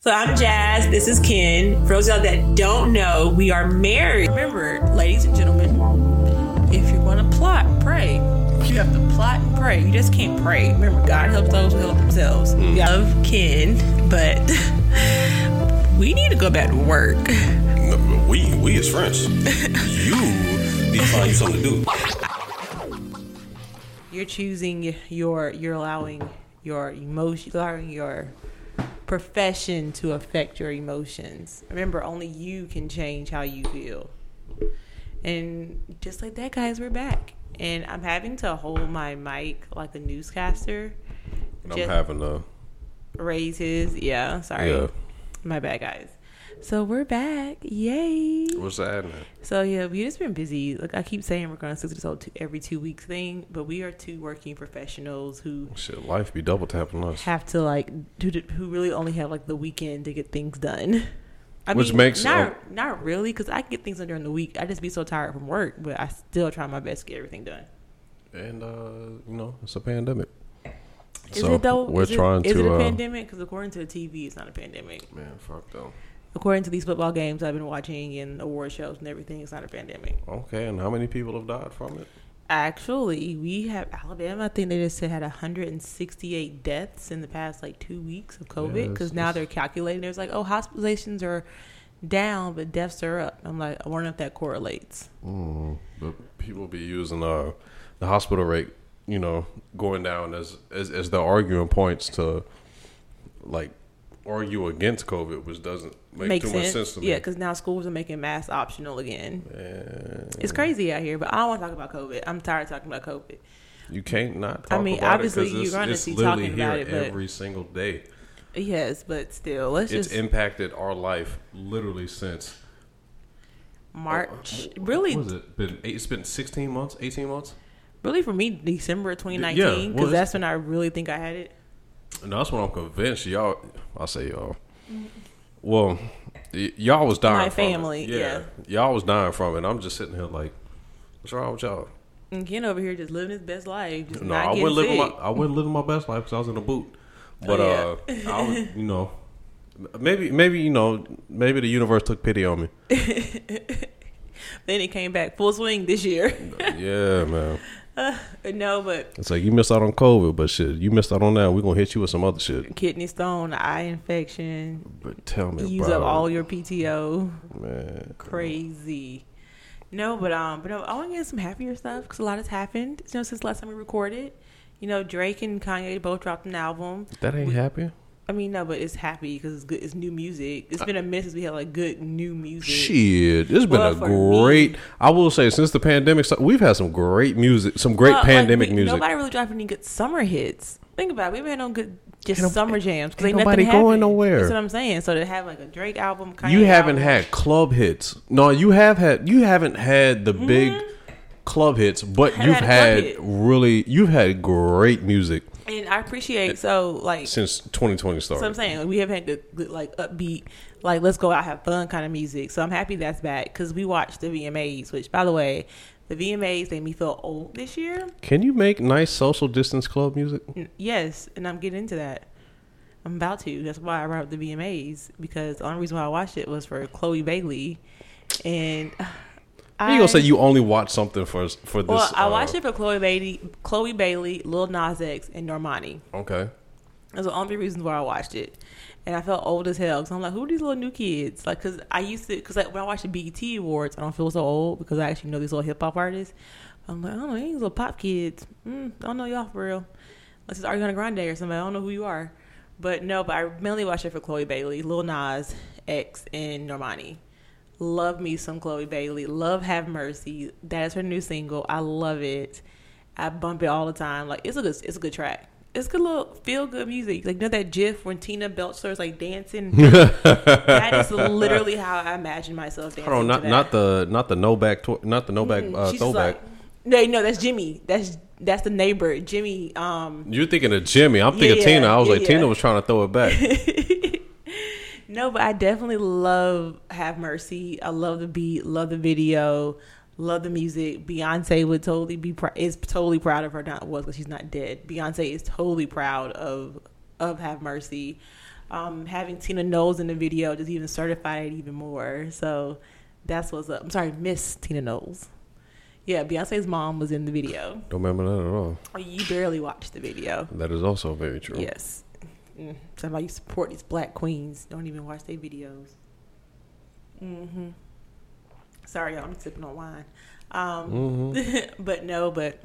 So I'm Jazz. This is Ken. For those of y'all that don't know, we are married. Remember, ladies and gentlemen, if you're going to plot, pray. You have to plot and pray. You just can't pray. Remember, God helps those who help themselves. We love Ken, but we need to go back to work. No, We we is friends. you need to find you something to do. You're choosing your. You're allowing your emotion. Allowing your profession to affect your emotions. Remember, only you can change how you feel. And just like that, guys, we're back. And I'm having to hold my mic like a newscaster. And Just- I'm having uh, a Raise his, yeah. Sorry, yeah. my bad, guys. So we're back, yay! What's that? Man? So yeah, we just been busy. Like I keep saying, we're going to stick to this whole two, every two weeks thing, but we are two working professionals who Shit, life be double tapping us, have to like do the, who really only have like the weekend to get things done. I Which makes- not not really because I get things done during the week. I just be so tired from work, but I still try my best to get everything done. and uh, you know it's a pandemic. Is So, it though? we're is it- trying Is it to, a uh, pandemic? Because according to the TV, it's not a pandemic. Man, fuck though. According to these football games I've been watching and award shows and everything, it's not a pandemic. Okay, and how many people have died from it? Actually, we have Alabama. I think they just had 168 deaths in the past like two weeks of COVID it's- because now it's- they're calculating. There's like, oh, hospitalizations are down, but deaths are up. I'm like, I wonder if that correlates. Mm, but people be using uh the hospital rate, you know, going down as as as the arguing points to like argue against COVID, which doesn't make Makes too sense. much sense to me. Yeah, because now schools are making masks optional again. Man, It's crazy out here, but I don't want to talk about COVID. I'm tired of talking about COVID. You can't not. I Talk mean, about obviously, it 'cause you're it's, gonna it's see literally talking here about it, but- every single day. Yes, but still, let's It's just impacted our life literally since Uh, March. Oh, what really, Was it been? eight- It's been 16 months, 18 months. really for me, December 2019, Yeah, because well, it's- that's when I really think I had it. And that's when I'm convinced y'all. I say y'all. Well, y- y'all was dying. My from it. family, y'all was dying from it. I'm just sitting here like, what's wrong with y'all? And Ken over here just living his best life. Just No, not I getting wasn't living my sick. I wasn't living my best life because I was in a boot. But Oh, uh, I was, you know, maybe maybe you know maybe the universe took pity on me. Then it came back full swing this year. yeah, man. no, but It's like you missed out on COVID, but shit, you missed out on that. We're gonna hit you with some other shit. kidney stone, eye infection, But tell me, use bro, up all your PTO, man. crazy. No, but um, but no, I want to get some happier stuff because a lot has happened. You know, since last time we recorded, you know, Drake and Kanye both dropped an album. That ain't happy. I mean, no, but it's happy because it's good. It's new music. It's been a minute since we had like good new music. Shit, it's been Well, a for great. I will say, since the pandemic, started, we've had some great music, some great Well, Uh, like, pandemic we- music. Nobody really dropping any good summer hits. Think about it. We haven't had no good just Ain't no- summer jams because ain't nothing nobody going happened. nowhere. That's what I'm saying. So to have like a Drake album, Kanye you haven't album, had club hits. No, you have had. You haven't had the big club hits, but Haven't you've Mm-hmm. had a had, club hit. really. You've had great music and I appreciate so like. since 2020 started. So I'm saying we have had good, good like upbeat, like let's go out have fun kind of music. So I'm happy that's back because we watched the VMAs, which by the way, the VMAs made me feel old this year. Can you make nice social distance club music? N- Yes, and I'm getting into that. I'm about to. That's why I brought up the VMAs because the only reason why I watched it was for Chloe Bailey, and uh, How you gonna say you only watch something for for this? Well, I uh, watched it for Chloe Bailey, Chloe Bailey, Lil Nas X, and Normani. Okay. Those are the only reasons why I watched it, and I felt old as hell because I'm like, who are these little new kids? Like, because I used to, because like when I watch the BET Awards, I don't feel so old because I actually know these little hip hop artists. I'm like, I don't know these little pop kids. Mm, I don't know y'all for real. Unless it's Ariana Grande or somebody. I don't know who you are, but no. But I mainly watched it for Chloe Bailey, Lil Nas X, and Normani. Love me some Chloe Bailey. Love Have Mercy. That is her new single. I love it. I bump it all the time. Like it's a good it's a good track. It's good little feel good music. Like you know that gif when Tina Belcher is like dancing? that is literally how I imagine myself dancing. Hold on, to that. not not the not the no back tw- not the no back uh, Mm-hmm. She's just throwback. like- no, no, that's Jimmy. That's that's the neighbor. Jimmy, um You're thinking of Jimmy. I'm Yeah, thinking yeah, Tina. I was yeah, like, Tina yeah. was trying to throw it back. No, but I definitely love Have Mercy. I love the beat, love the video, love the music. Beyonce would totally be pr- is totally proud of her. Not was because she's not dead. Beyonce is totally proud of of Have Mercy. um, having Tina Knowles in the video just even certified it even more. So that's what's up. I'm sorry, Miss Tina Knowles. Yeah, Beyonce's mom was in the video. Don't remember that at all. Oh, you barely watched the video. That is also very true. Yes. Mm, Somebody you support these black queens. Don't even watch their videos. Mm-hmm. Sorry, y'all. I'm sipping on wine. Um, hmm but no, but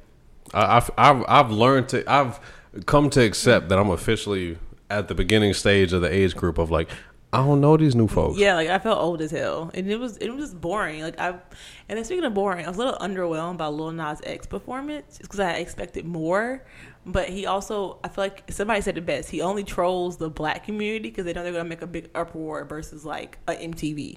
I, I've, I've I've learned to I've come to accept that I'm officially at the beginning stage of the age group of like I don't know these new folks. Yeah, like I felt old as hell, and it was it was just boring. Like I, and then speaking of boring, I was a little underwhelmed by Lil Nas X performance because I expected more. But he also, I feel like somebody said it best. He only trolls the black community because they know they're gonna make a big uproar versus like a MTV.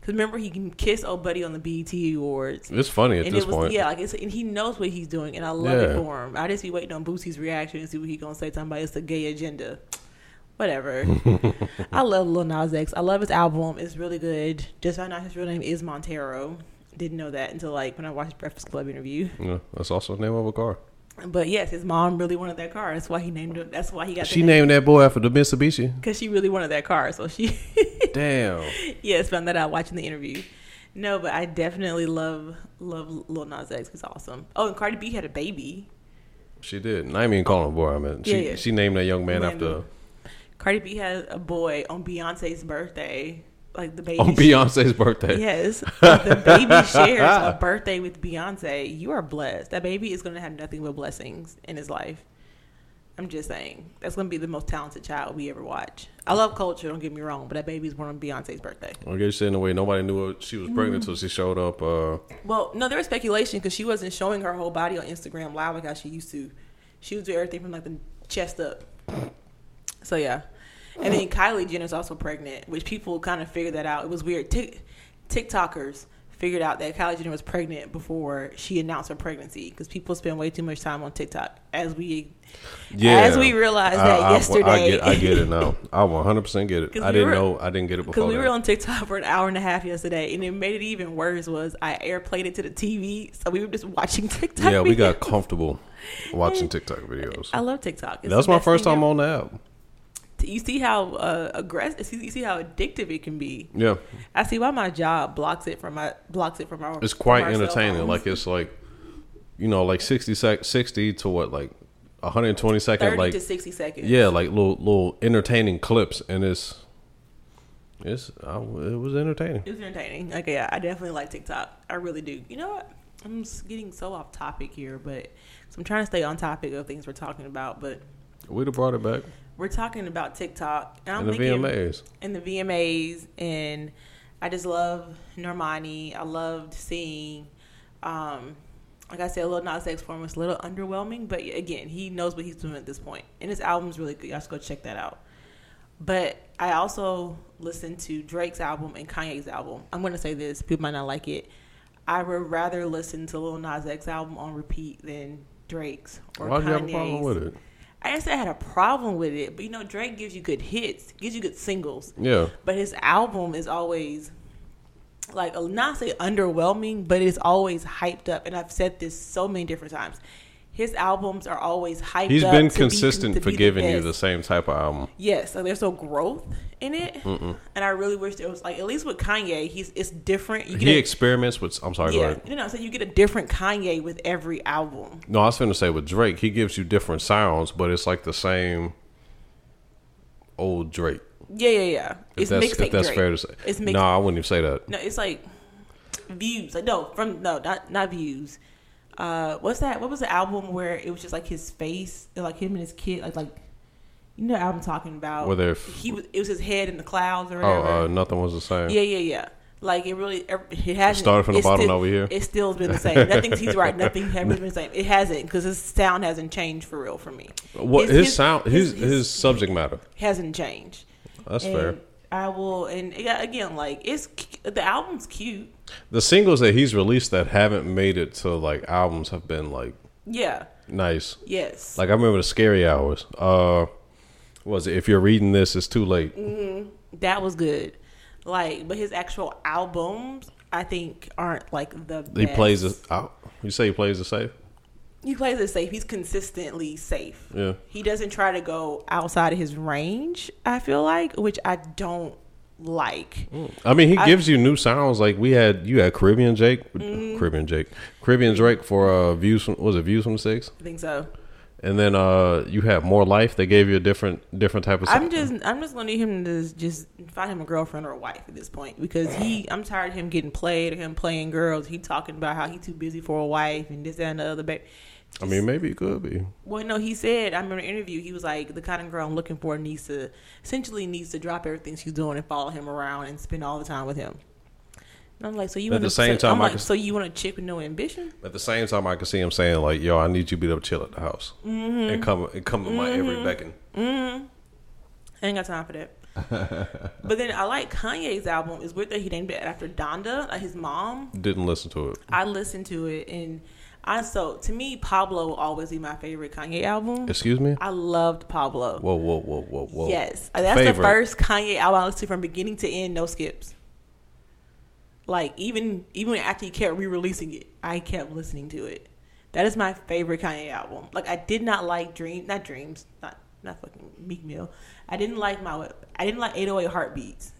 Because remember, he can kiss old buddy on the BET Awards. It's funny at and this it was point. yeah, like it's, and he knows what he's doing, and I love it Yeah. for him. I just be waiting on Boosie's reaction and see what he gonna say. Talking about it's a gay agenda, whatever. I love Lil Nas X. I love his album. It's really good. Just found out his real name is Montero. Didn't know that until like when I watched Breakfast Club interview. Yeah, that's also the name of a car. But yes, his mom really wanted that car. That's why he named it. That's why he got. She named that boy after the Mitsubishi. because she really wanted that car. So she Damn. yes found that out watching the interview. No, but I definitely love love Lil Nas X. He's awesome. Oh, and Cardi B had a baby. She did. And I didn't even call him a boy. I mean, she, Yeah, yeah. she named that young man Man. after Cardi B had a boy on Beyonce's birthday, like the baby. on Beyonce's birthday. Yes, If the baby shares a birthday with Beyonce. You are blessed. That baby is going to have nothing but blessings in his life. I'm just saying that's going to be the most talented child we ever watch. I love culture. Don't get me wrong, but that baby's born on Beyonce's birthday. I guess in a way nobody knew she was pregnant Mm-hmm. until she showed up. Uh, Well, no, there was speculation because she wasn't showing her whole body on Instagram live like how she used to. She was doing everything from like the chest up. So yeah, and then Kylie Jenner's also pregnant, which people kind of figured that out. It was weird. Tik TikTokers figured out that Kylie Jenner was pregnant before she announced her pregnancy because people spend way too much time on TikTok. As we, yeah. as we realized that I- I- yesterday, I, get, I get it now. I 100% get it. 'Cause we I didn't were- know. I didn't get it Because before. we that. were on TikTok for an hour and a half yesterday, and it made it even worse. Was I airplayed it to the TV, so we were just watching TikTok. yeah, we videos. got comfortable watching TikTok videos. I love TikTok. It's That's the my best first thing time ever. on the app. You see how uh, aggressive, you see how addictive it can be. Yeah. I see why my job blocks it from my blocks it from our. It's from quite our cell entertaining. phones. Like, it's like, you know, like 60, sec- 60 to what, like 120 second, thirty like to sixty seconds. yeah, like little little entertaining clips, and it's it's I, it was entertaining. It's entertaining. Like, yeah, I definitely like TikTok. I really do. You know what? I'm just getting so off topic here, but so I'm trying to stay on topic of things we're talking about. But We'd have brought it back we're talking about TikTok, and I'm in the thinking, VMAs. and the VMAs, and I just love Normani. I loved seeing, um, like I said, Lil Nas X form was a little underwhelming, but again, he knows what he's doing at this point, and his album's really good. Y'all should go check that out. But I also listened to Drake's album and Kanye's album. I'm gonna say this: people might not like it. I would rather listen to Lil Nas X album on repeat than Drake's or Why do you have Kanye's. a problem with it? I didn't say I had a problem with it, but you know, Drake gives you good hits, gives you good singles. Yeah, But his album is always like not say underwhelming, but it's always hyped up. And I've said this so many different times. His albums are always hyped he's up. been to be- consistent to for be the giving you best. the same type of album. Yes, like there's no growth in it, and I really wish there was like at least with Kanye, he's it's different. You get He a- experiments with. I'm sorry, go yeah, ahead. you know, so you get a different Kanye with every album. No, I was going to say with Drake, he gives you different sounds, but it's like the same old Drake. Yeah, yeah, yeah. If It's that's, mixtape if that's Drake. fair to say. It's no, mixed- I wouldn't even say that. No, it's like views. Like no, from no, not not views. Uh, what's that? What was the album where it was just like his face, and, like him and his kid, like like you know, the album talking about Whether if- he was it was his head in the clouds or whatever. Oh, uh, nothing was the same. yeah, yeah, yeah. Like it really, er, it hasn't Started from the it's bottom still- over here. It still has been the same. Nothing's he's right. Nothing has been the same. It hasn't because his sound hasn't changed for real for me. What his, sound, his, his subject matter. hasn't changed. That's and fair. I will, and yeah, again, like it's cu- the album's cute. The singles that he's released that haven't made it to like albums have been like Yeah. nice. Yes. Like I remember the Scary Hours. Uh, what was it? If you're reading this, it's too late. that was good. Like, but his actual albums, I think, aren't like the. He best. plays it out. You say he plays it safe. He plays it safe. He's consistently safe. Yeah. He doesn't try to go outside of his range, I feel like, which I don't like. I mean, he I- gives you new sounds. Like we had, you had Caribbean Jake, Mm-hmm. Caribbean Jake, Caribbean Drake for uh, views from was it views from the six, I think so. and then uh, you had more life. They gave you a different different type of. I'm sound. just I'm just gonna need him to just find him a girlfriend or a wife at this point because he I'm tired of him getting played or him playing girls. He talking about how he too busy for a wife and this that, and the other. Baby, I mean, maybe it could be. Well, no, he said. I remember an interview. He was like, "The kind of girl I'm looking for needs to essentially needs to drop everything she's doing and follow him around and spend all the time with him." And I'm like, "So you At want the to same so, time, I'm I like, could- so you want a chick with no ambition?" At the same time, I could see him saying like, "Yo, I need you to be able to chill at the house Mm-hmm. and come and come to my every beckon." I ain't got time for that. but then I like Kanye's album. It's weird that he named it after Donda, like his mom. Didn't listen to it. I listened to it, and I so to me, Pablo will always be my favorite Kanye album. Excuse me. I loved Pablo. Whoa, whoa, whoa, whoa, whoa. Yes, Uh, that's the Favorite. first Kanye album I listened to from beginning to end, no skips. Like even even after he kept re-releasing it, I kept listening to it. That is my favorite Kanye album. Like I did not like Dream, not Dreams, not not fucking Meek Mill. I didn't like my I didn't like 808 Heartbeats.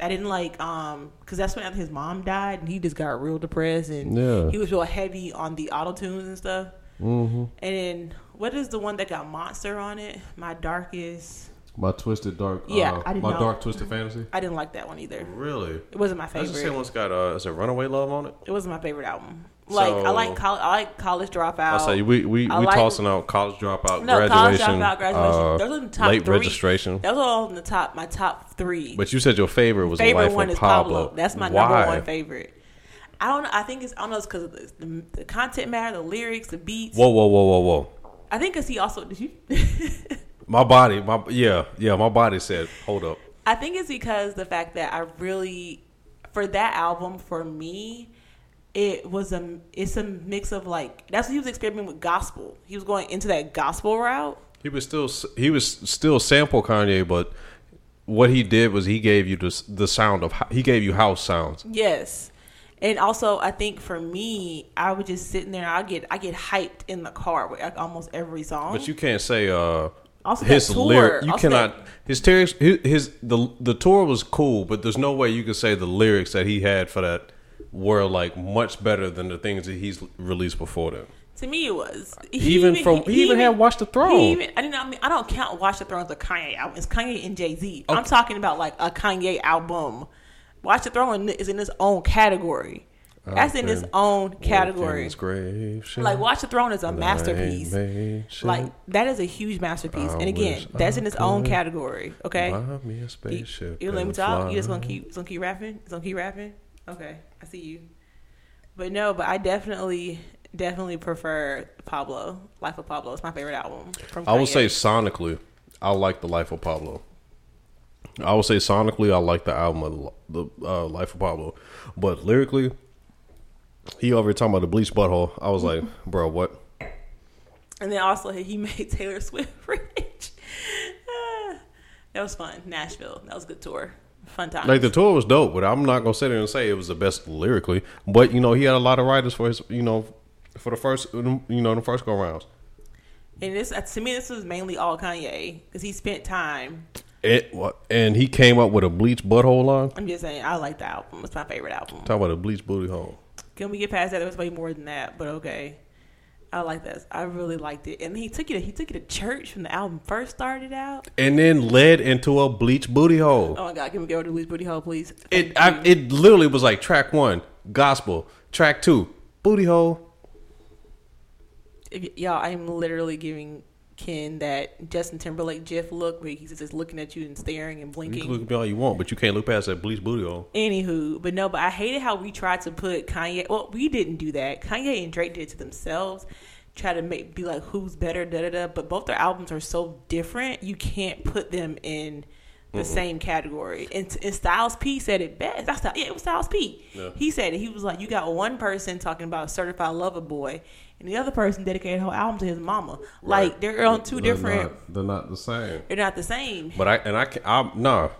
I didn't like um because that's when after his mom died and he just got real depressed and Yeah. he was real heavy on the auto tunes and stuff. Mm-hmm. And then what is the one that got Monster on it? My Darkest. My twisted dark. uh, Yeah, I did my not- dark twisted fantasy. I didn't like that one either. Really? It wasn't my That's the favorite. same one's got uh, is it Runaway Love on it? It wasn't my favorite album. Like I So- like college. I like college dropout. I say we we, we I like- tossing out college dropout, No, College graduation, Dropout, Graduation. uh, Those are the top late three. registration. that was all in the top. My top three. But you said your favorite was favorite Life one of is Pablo. Pablo. That's my Why? number one favorite. I don't. know. I think it's. I don't know. It's because of the, the, the content matter, the lyrics, the beats. Whoa, whoa, whoa, whoa, whoa! I think because he also did you. My body, my yeah, yeah, my body said, "Hold up." I think it's because the fact that I really, for that album, for me, it was a it's a mix of like that's what he was experimenting with gospel. He was going into that gospel route. He was still he was still sample Kanye, but what he did was he gave you the the sound of he gave you house sounds. Yes. And also, I think for me, I would just sitting there. I get I get hyped in the car with like almost every song. But you can't say uh Also his that tour. lyric. You Also cannot his lyrics. His, his the the tour was cool, but there's no way you could say the lyrics that he had for that were like much better than the things that he's released before that. to me, it was he Even from- he even had Watch the Throne. he even- I didn't. I mean, I don't count Watch the Throne as a Kanye album. It's Kanye and Jay Z. am talking about like a Kanye album. Watch the Throne is in its own category. That's in its Okay. own category. His grave shall Like Watch the Throne is a lie masterpiece. made shall Like that is a huge masterpiece. I And again, wish that's I in its own could category. Okay. buy me a You, spaceship. you let me and talk. You just fly. gonna keep, just gonna keep rapping. Just gonna keep rapping. Okay, I see you. But no, but I definitely, definitely prefer Pablo. Life of Pablo is my favorite album. From I would Kanye. say sonically, I like the Life of Pablo. I would say sonically, I like the album of the uh, Life of Pablo, but lyrically, he over here talking about the bleach butthole. I was like, bro, what? and then also he made Taylor Swift rich. Ah, that was fun. Nashville. That was a good tour. Fun time. Like the tour was dope, but I'm not gonna sit there and say it was the best lyrically. But you know, he had a lot of writers for his, you know, for the first, um, you know, the first go rounds. and this, uh, to me, this was mainly all Kanye because he spent time. It wa- and he came up with a bleach butthole line. I'm just saying, I like the album. It's my favorite album. Talking about a bleach booty hole. Can we get past that? There was way more than that, but okay. I like that. I really liked it. And he took you to he took you to church when the album first started out. and then led into a bleach booty hole. Oh my god, can we go to Louis Booty Hole, please? It I, it literally was like track one gospel, track two booty hole. If y- y'all, I'm literally giving Ken that Justin Timberlake GIF look where he's just looking at you and staring and You blinking. can look at me all you want, but you can't look past that bleach booty hole. Anywho, but no, but I hated how we tried to put Kanye. Well, we didn't do that. Kanye and Drake did it to themselves. Try to make be like who's better, da da da. But both their albums are so different. You can't put them in the same category. And, and Styles P said it best. That's how- yeah, it was Styles P. Yeah. He said it. He was like, you got one person talking about certified lover boy, and the other person dedicated a whole album to his mama. Like they're on 2 different. they're not the same. They're not the same. But I and I can I'm nah,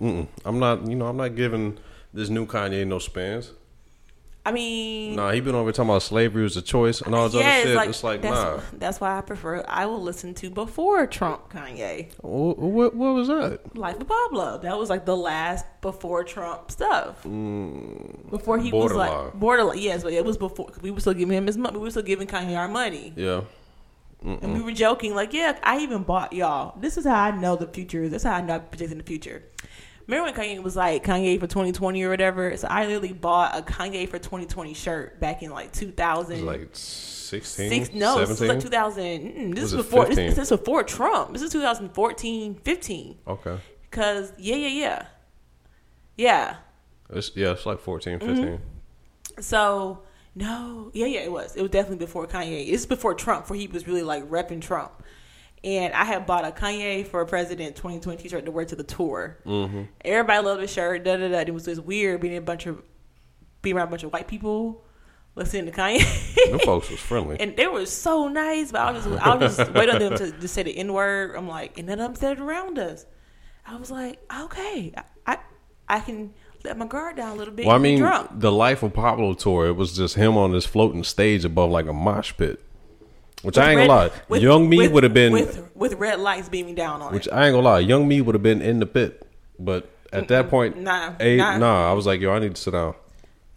mm-mm. I'm not. You know, I'm not giving this new Kanye no spins. I mean, Nah, he been over talking about slavery was a choice and all this yeah, other it's shit. Mm. like, it's like that's, nah. that's why I prefer. I will listen to before Trump, Kanye, What, what what was that? Life of Pablo. That was like the last before Trump stuff. Before he was Mm. Borderline. like borderline. Yes, but it was before 'cause we were still giving him his money. We were still giving Kanye our money. Yeah. And we were joking, like, yeah, I even bought y'all. This is how I know the future. is. This is how I know I'm predicting the future. Remember when Kanye was like Kanye for 2020 or whatever? So I literally bought a Kanye for 2020 shirt back in like 2000. It was like 16, Six, no, this is 17? like 2000. Mm, this Was is it before. This, 15? this is before Trump. This is 2014, 15. Okay. Because yeah, yeah, yeah, yeah. It's, yeah, it's like 14, 15. So no, yeah, yeah, it was. It was definitely before Kanye. It's before Trump, where he was really like repping Trump. And I had bought a Kanye for President 2020 T-shirt to wear to the tour. Mm-hmm. Everybody loved the shirt. Da da da. It was just weird being a bunch of being around a bunch of white people listening to Kanye. Them folks was friendly. And they were so nice, but I'll just I'll just wait on them to just say the N word. I'm like, and none of them said it around us. I was like, okay, I I, I can let my guard down a little bit. well, I and be mean, drunk. the Life of Pablo tour, it was just him on this floating stage above like a mosh pit. Which I ain't Red- gonna lie, with- young me with- would have been. with, with red lights beaming down on which it. I ain't gonna lie, young me would have been in the pit. But at that point, Nah, eight, nah. nah. I was like, yo, I need to sit down.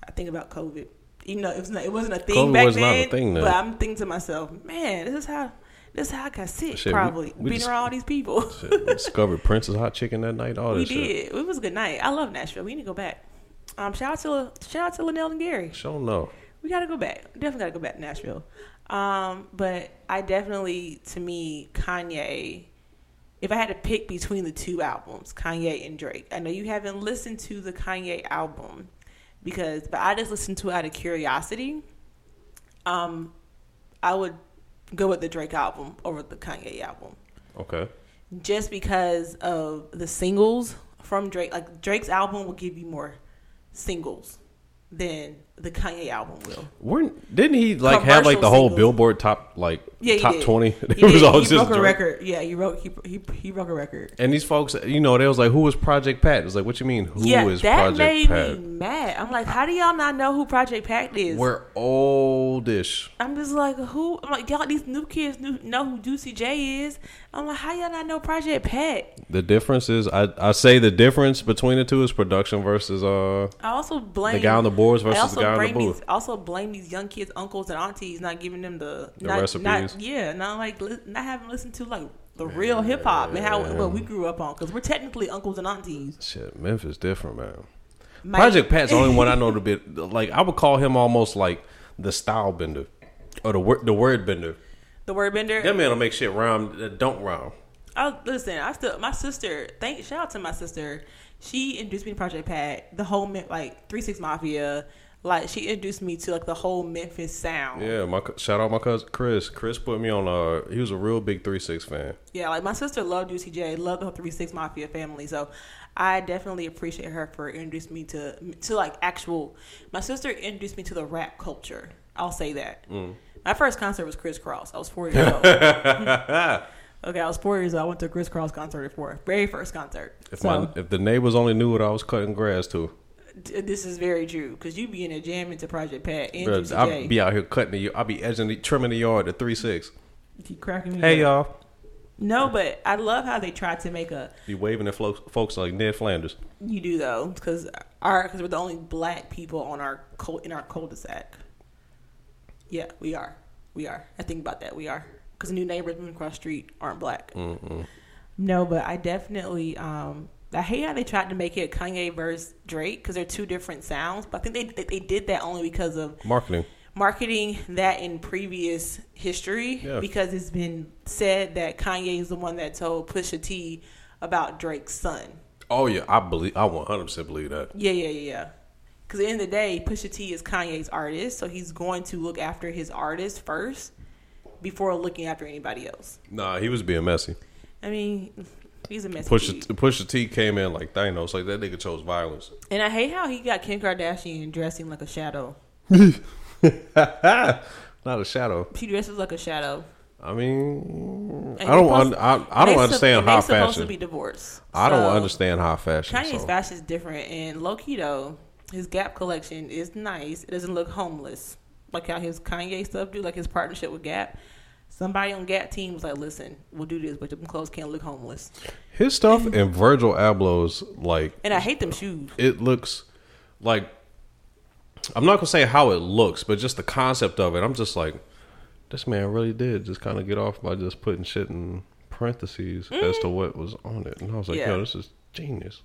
I think about COVID, even though it was not, it wasn't a thing COVID back was not then. a thing then. But I'm thinking to myself, man, this is how this is how I got sick. Shit, we- probably we being just- around all these people. Shit, we discovered Prince's hot chicken that night. All we that shit. did. It was a good night. I love Nashville. We need to go back. Um, shout out to shout out to Linnell and Gary. Sure no. We gotta go back. Definitely gotta go back to Nashville. Um, but I definitely, to me, Kanye. If I had to pick between the two albums, Kanye and Drake, I know you haven't listened to the Kanye album because, but I just listened to it out of curiosity. Um, I would go with the Drake album over the Kanye album Okay. just because of the singles from Drake. Like Drake's album will give you more singles than the Kanye album will. Weren't didn't he like have like the Commercial whole singles. Billboard top like Yeah, he top did. twenty? He, did. all he broke a Drake. record. Yeah, he wrote. He he, he broke a record. And these folks, you know, they was like, "Who is Project Pat?" It's like, "What you mean? Who is yeah, that Project made Pat?" me mad. I'm like, how do y'all not know who Project Pact is? We're oldish. I'm just like, who? I'm like, y'all these new kids knew, know who Juicy J is. I'm like, how y'all not know Project Pact? The difference is, I I say the difference between the two is production versus uh I also blame the guy on the boards I versus also the guy on the blame booth. these, also blame these young kids, uncles and aunties, not giving them the, The not, recipes. Not, yeah, not like li- not having listened to like the real hip hop and how what we grew up on because we're technically uncles and aunties. Shit, Memphis different, man. Mike- Project Pat's the only one I know to be like. I would call him almost like the style bender or the word the word bender. the word bender. That man'll make shit rhyme that don't rhyme. I listen. I still my sister. Thank shout out to my sister. She introduced me to Project Pat, the whole Mem- like Three Six Mafia. Like she introduced me to like the whole Memphis sound. Yeah. Yeah, my cou- shout out my cousin Chris. Chris put me on. Uh, he was a real big three six fan. like my sister loved Juicy J, loved the whole Three Six Mafia family. So I definitely appreciate her for introducing me to to like actual. My sister introduced me to the rap culture. I'll say that. My first concert was Criss Cross. I was four years old. okay, I was four years old. I went to a Criss Cross concert at four. Very first concert. If So- my if the neighbors only knew what I was cutting grass to, D- this is very true because you be in a jam into Project Pat and bruh, Juicy J. I'd be out here cutting the. I'd be edging, the, trimming the yard to three six. You cracking me Hey up. y'all, No, but I love how they tried to make a be waving at folks, folks like Ned Flanders. you do though because our because we're the only black people on our cul- in our cul-de-sac. Yeah, we are. We are. I think about that. We are because the new neighbors moving across the street aren't black. No, but I definitely um I hate how they tried to make it Kanye versus Drake because they're two different sounds. But I think they, they they did that only because of Marketing. marketing that in previous history Yeah. because it's been said that Kanye is the one that told Pusha T about Drake's son. Oh yeah, I believe. I one hundred percent believe that. Yeah, yeah, yeah, yeah. Because at the end of the day, Pusha T is Kanye's artist, so he's going to look after his artist first before looking after anybody else. Nah, he was being messy. I mean, he's a messy Pusha Pusha Pusha T came in like Thanos. Like that nigga chose violence. and I hate how he got Kim Kardashian dressing like a shadow. Not a shadow. She dresses like a shadow. I mean, And Hmm. I don't. they un- supposed- I, I don't they sup- understand and they high supposed to fashion. be divorced. I don't So- understand high fashion. Kanye's so. fashion's different, and low key though, His Gap collection is nice. It doesn't look homeless like how his Kanye stuff do, like his partnership with Gap. Somebody on Gap team was like, "Listen, we'll do this, but them clothes can't look homeless." His stuff and Virgil Abloh's like And I hate them shoes. it looks like I'm not gonna say how it looks, but just the concept of it. I'm just like, this man really did just kind of get off by just putting shit in parentheses as to what was on it, and I was like, Mm-hmm. Yeah. yo, this is genius.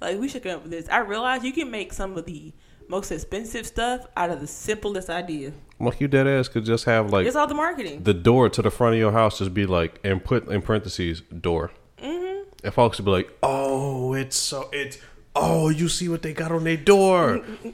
Like we should come up with this. I realize you can make some of the most expensive stuff out of the simplest idea. I'm like, you dead ass could just have like it's all the marketing. the door to the front of your house just be like and put in parentheses door. Mm-hmm. And folks would be like, oh, it's so it's oh, you see what they got on their door. Mm-hmm.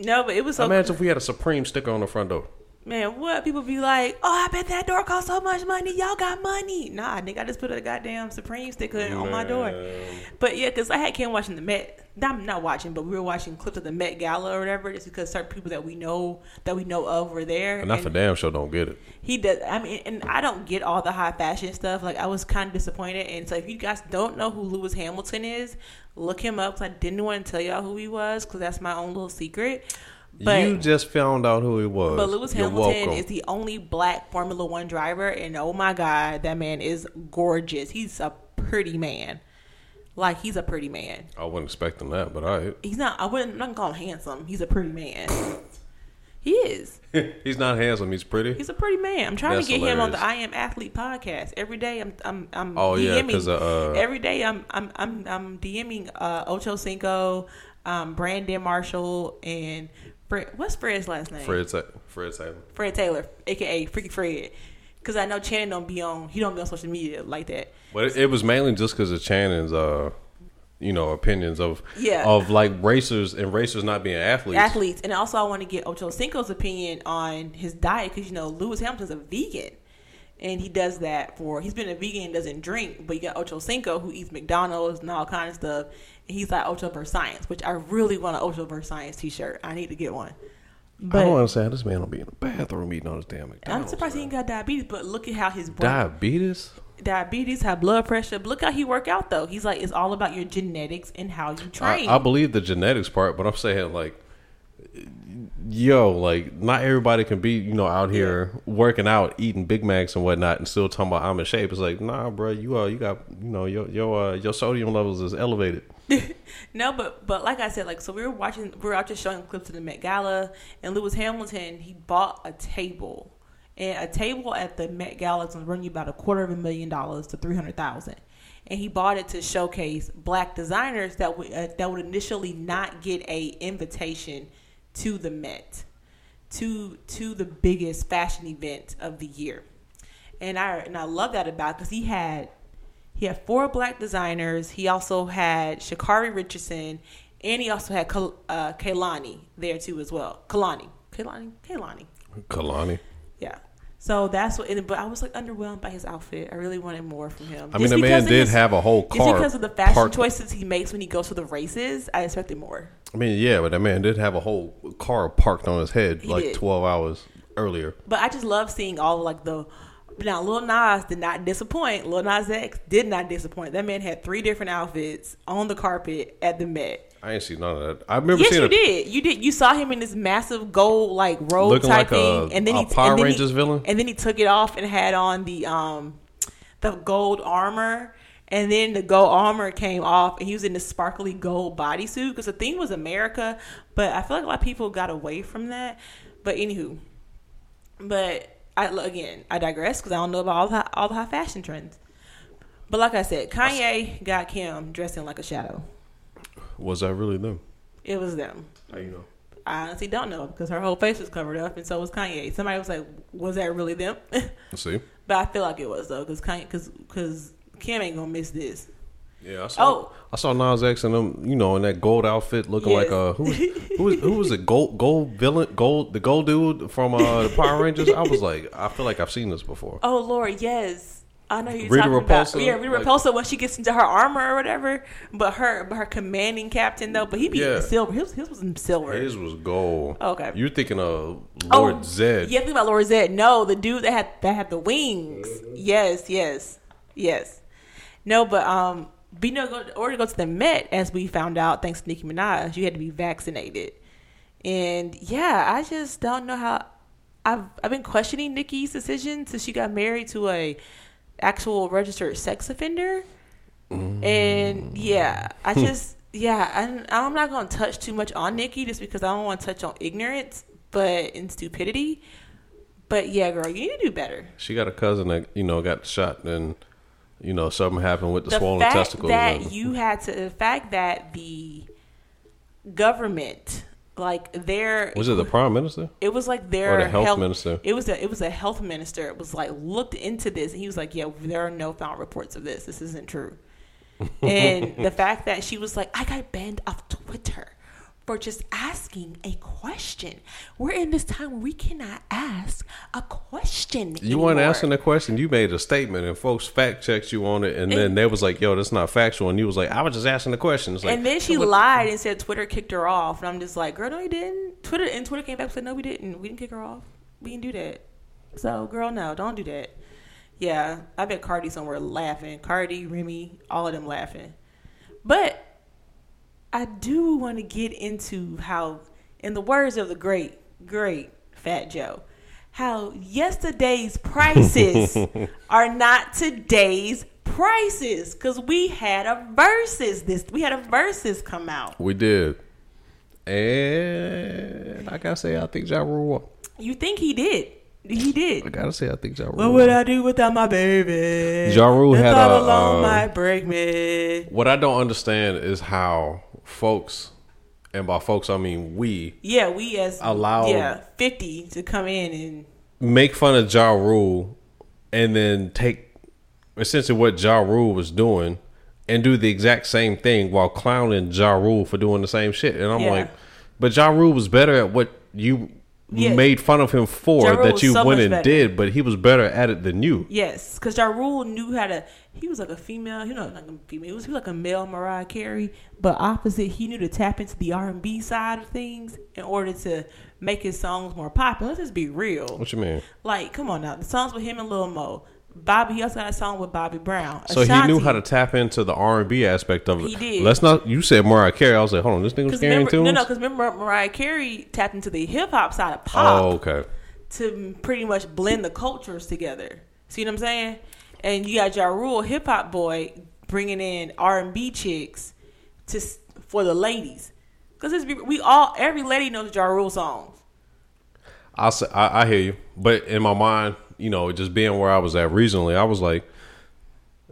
no, but it was so Imagine if we had a Supreme sticker on the front door. man. What people be like? Oh, I bet that door cost so much money. Y'all got money? Nah, nigga, I just put a goddamn Supreme sticker on my door. Man. But yeah, because I had Ken watching the Met. I'm not watching, but we were watching clips of the Met Gala or whatever. Just because certain people that we know that we know of were there. And I and- for damn sure don't get it. he does i mean and i don't get all the high fashion stuff like i was kind of disappointed and so if you guys don't know who lewis hamilton is look him up 'cause i didn't want to tell y'all who he was because that's my own little secret but you just found out who it was. but lewis You're hamilton welcome. is the only black formula one driver and oh my god that man is gorgeous he's a pretty man like he's a pretty man I wasn't expecting that, but I he's not i wouldn't I'm not call him handsome he's a pretty man he is he's not handsome. He's pretty. He's a pretty man. I'm trying That's to get him on the I hilarious. Am Athlete podcast every day. I'm I'm I'm Oh, yeah, DMing 'cause, uh, every day. I'm I'm I'm I'm DMing uh, Ocho Cinco, um, Brandon Marshall, and Fred. What's Fred's last name? Fred, Ta- Fred Taylor. Fred Taylor, aka Freaky Fred. Because I know Channing don't be on. He don't be on social media like that. But it, it was mainly just because of Channon's, uh, you know, opinions of Yeah. of like racers and racers not being athletes. Athletes, and also I want to get Ocho Cinco's opinion on his diet because you know Lewis Hamilton's a vegan, and he does that for he's been a vegan and doesn't drink, but you got Ocho Cinco who eats McDonald's and all kind of stuff, and he's like Ocho versus Science, which I really want an Ocho versus Science T-shirt. I need to get one. I don't But understand. This man will be in the bathroom eating all this damn I'm McDonald's. surprised he man. ain't got diabetes. But look at how his brain, diabetes. diabetes, high blood pressure. But look how he work out though. He's like it's all about your genetics and how you I, train. I believe the genetics part, but I'm saying like, yo, like not everybody can be you know out here working out, eating Big Macs and whatnot, and still talking about I'm in shape. It's like, nah, bro, you uh, you got you know your your uh, your sodium levels is elevated. No, but but like I said, like so we were watching, we were out just showing clips of the Met Gala, and Lewis Hamilton he bought a table, and a table at the Met Gala is going to run you about a quarter of a million dollars to three hundred thousand, and he bought it to showcase black designers that would uh, that would initially not get a invitation to the Met, to to the biggest fashion event of the year, and I and I love that about because he had he had four black designers. He also had Shakari Richardson, and he also had Kal- uh, Kaylani there too as well. Kalani, Kaylani, Kaylani. Kalani. Yeah. So that's what. And, but I was like underwhelmed by his outfit. I really wanted more from him. I mean, the man because of did his- have a whole Just car because of the fashion parked- choices he makes when he goes to the races, I expected more. I mean, yeah, but that man did have a whole car parked on his head He like did. 12 hours earlier. But I just love seeing all like the. Now Lil Nas did not disappoint. Lil Nas X did not disappoint. That man had three different outfits on the carpet at the Met. I ain't seen none of that. I remember Yes, seeing you a, did. You did. You saw him in this massive gold like robe Looking type like a- thing, and then a he Power and then Rangers he, villain? And then he took it off and had on the um the gold armor, and then the gold armor came off, and he was in this sparkly gold bodysuit because the theme was America, but I feel like a lot of people got away from that. But anywho, but I again I digress because I don't know about all the all the high fashion trends. But like I said, Kanye got Kim dressing like a shadow. Was that really them? It was them. How you know? I honestly don't know because her whole face was covered up, and so was Kanye. Somebody was like, "Was that really them?" but see. I feel like it was though, because Kanye, because because Kim ain't gonna miss this. Yeah, I saw. Oh. I saw Nas X and them, you know, in that gold outfit, looking Yes. like a who was who was, who was it? Gold gold villain, gold the gold dude from uh, the Power Rangers. I was like, I feel like I've seen this before. Oh Lord, yes, I know who you're Rita talking about. Repulsa, Yeah, Rita like- Repulsa when she gets into her armor or whatever. But her, but her commanding captain though, but he be Yeah. silver. His, his was in silver. His was gold. Okay. you're thinking of Oh, Lord Zed. Yeah, think about Lord Zed. No, the dude that had that had the wings. Yes, yes, yes. No, but um, But you know, go, or to go to the Met, as we found out thanks to Nicki Minaj, you had to be vaccinated. And yeah, I just don't know how. I've I've been questioning Nicki's decision since she got married to a actual registered sex offender. Mm. And yeah, I Hmm. just yeah, I'm, I'm not gonna touch too much on Nikki just because I don't want to touch on ignorance, but and stupidity. But yeah, girl, you need to do better. She got a cousin that you know got shot, and you know something happened with the, the swollen fact testicles. that and- you had to the fact that the government like their was it the prime minister? it was like their Or the health minister. it was a it was a health minister it was like looked into this and he was like yeah there are no found reports of this this isn't true and the fact that she was like i got banned off twitter for just asking a question we're in this time where we cannot ask a question You weren't anymore. answering the question. You made a statement, and folks fact checked you on it, and then they was like, "Yo, that's not factual," and you was like, "I was just asking the question." It's like, and then she what- lied and said Twitter kicked her off, and I'm just like, girl, no, you didn't. Twitter and Twitter came back and said, no, we didn't. We didn't kick her off. We didn't do that. So, girl, no, don't do that. Yeah, I bet Cardi somewhere laughing. Cardi, Remy, all of them laughing. But I do want to get into how, in the words of the great, great Fat Joe, how yesterday's prices are not today's prices because we had a versus this we had a versus come out We did, and like I say, I think Ja Rule won. you think he did he I did gotta say, I think Ja Rule. what won. would i do without my baby Ja Rule The had thought a, alone um, might break me What I don't understand is how folks, and by folks I mean we, yeah we as Allowed- yeah 50 to come in and make fun of Ja Rule and then take essentially what Ja Rule was doing and do the exact same thing while clowning Ja Rule for doing the same shit. And I'm Yeah. like, but Ja Rule was better at what you Yeah. made fun of him for Ja Rule that was you so went much and better. did, but he was better at it than you. Yes, because Ja Rule knew how to. He was like a female. You know, like a female. He was, he was like a male Mariah Carey, but opposite. He knew to tap into the R and B side of things in order to make his songs more popular. Let's just be real. What you mean? Like, come on now, the songs with him and Lil Mo, Bobby. He also got a song with Bobby Brown. So he knew Ashanti. how to tap into the R and B aspect of it. He did. Let's not. You said Mariah Carey. I was like, hold on, this thing was Cause carrying remember, tunes. no, no, because remember Mariah Carey tapped into the hip hop side of pop. oh, okay. to pretty much blend the cultures together. See what I'm saying? And you got Ja Rule, hip hop boy, bringing in R and B chicks to s- for the ladies, because we all every lady knows Ja Rule songs. I, s- I- I hear you, but in my mind, you know, just being where I was at recently, I was like,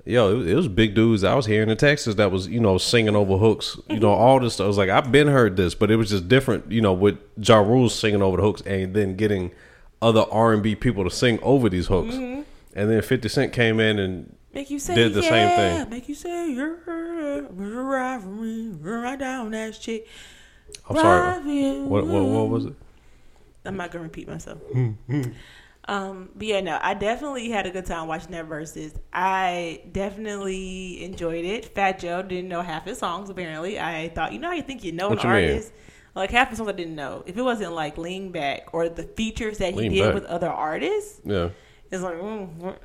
yo, it, it was big dudes I was hearing in Texas that was, you know, singing over hooks, you know, all this stuff. I was like, I've been heard this, but it was just different, you know, with Ja Rule singing over the hooks and then getting other R and B people to sing over these hooks, Mm-hmm. and then Fifty Cent came in and Make you say Did the yeah, same thing. Make you say yeah, ride for me, ride down that shit. I'm sorry, Ride for you. what what, what was it? I'm not gonna repeat myself. Hmm, um, but yeah, no, I definitely had a good time watching that versus. I definitely enjoyed it. Fat Joe didn't know half his songs. Apparently, I thought you know how you think you know What an you mean? artist. Like half the songs I didn't know. If it wasn't like Lean Back or the features that he Lean did Back. with other artists, Yeah. it's like mm, mm.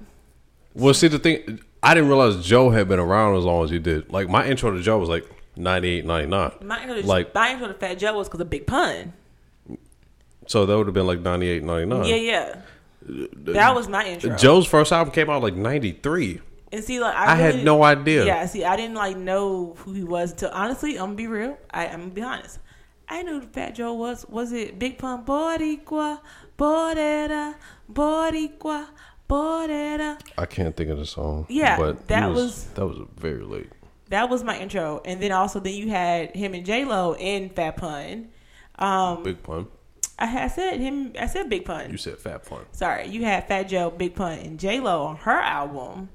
Well, see the thing, I didn't realize Joe had been around as long as he did. Like my intro to Joe was like 98, 99. my intro to, Like- my intro to Fat Joe was because of Big Pun. So that would have been like 98, 99. yeah, yeah. Uh, That was my intro. Joe's first album came out like 93. And see, like I, I, had really- no idea. Yeah, see, I didn't like know who he was until honestly, I'm gonna be real. I, I'm gonna be honest. I knew who Fat Joe was. Was it Big Pun Boricua, Borera, Boricua, Borera? I can't think of the song. Yeah, but that it was- that was very late. That was my intro, and then also then you had him and J Lo in Fat Pun. Um, Big pun. I had said him. I said Big Pun. You said fat pun. sorry, you had Fat Joe, Big Pun, and J Lo on her album.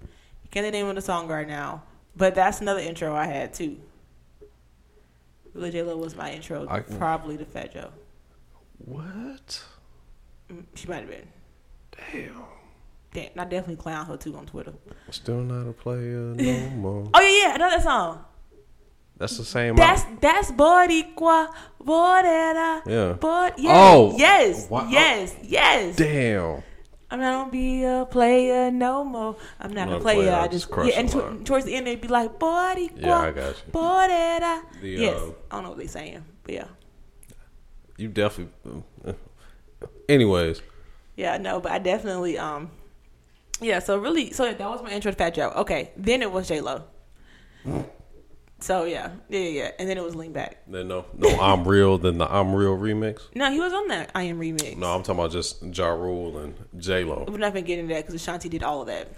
Can't think of the name of the song right now, but that's another intro I had too. Really, J Lo was my intro, I- probably to Fat Joe. What? Mm, She might have been. Damn. Damn, and I definitely clown her too on Twitter. Still not a player no more. Oh yeah, yeah, another song. That's the same. That's that's Boricua, Borera. Yeah. But yes, Oh, yes, wow. yes, yes. Damn. I mean, I don't be a player no more. I'm not, a player. I just, crush yeah. And a to- lot. towards the end, they'd be like, "Body, Yeah, I got you. Borera. The, yes, uh, I don't know what they're saying, but yeah, You definitely. uh, Anyways, yeah, no, but I definitely, um, yeah. So really, so that was my intro to Fat Joe. Okay, then it was J Lo. Hmm. so yeah, yeah, yeah, yeah, and then it was Lean Back. then no, no, I'm real. Then the I'm real remix. No, he was on that I Am remix. No, I'm talking about just Ja Rule and J Lo. We're not gonna get into that because Ashanti did all of that.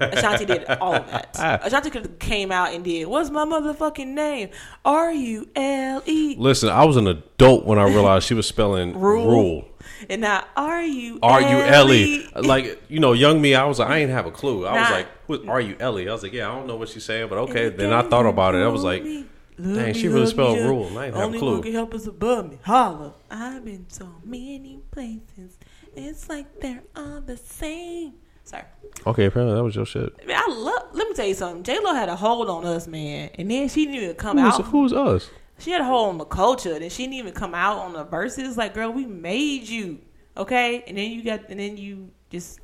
Ashanti did all of Ah. that. Ashanti could have came out and did, "What's my motherfucking name? R U L E." Listen, I was an adult when I realized she was spelling Rule. rule. And now R U R U L E. Like you know, young me, I was like, I ain't have a clue. I was Nah. like, who's R U L E? I was like, yeah, I don't know what she's saying, but okay. Then I thought about it. I was like, dang, she really spelled rule, and I ain't have a Only clue. one can help us above me. Holla. I've been so many places. It's like they're all the same. Sorry. okay, apparently that was your shit. Man, I love. Let me tell you something. J Lo had a hold on us, man, and then she didn't even come Who was, out. who was us? She had a hold on the culture, and she didn't even come out on the verses. Like, girl, we made you, okay? And then you got, and then you just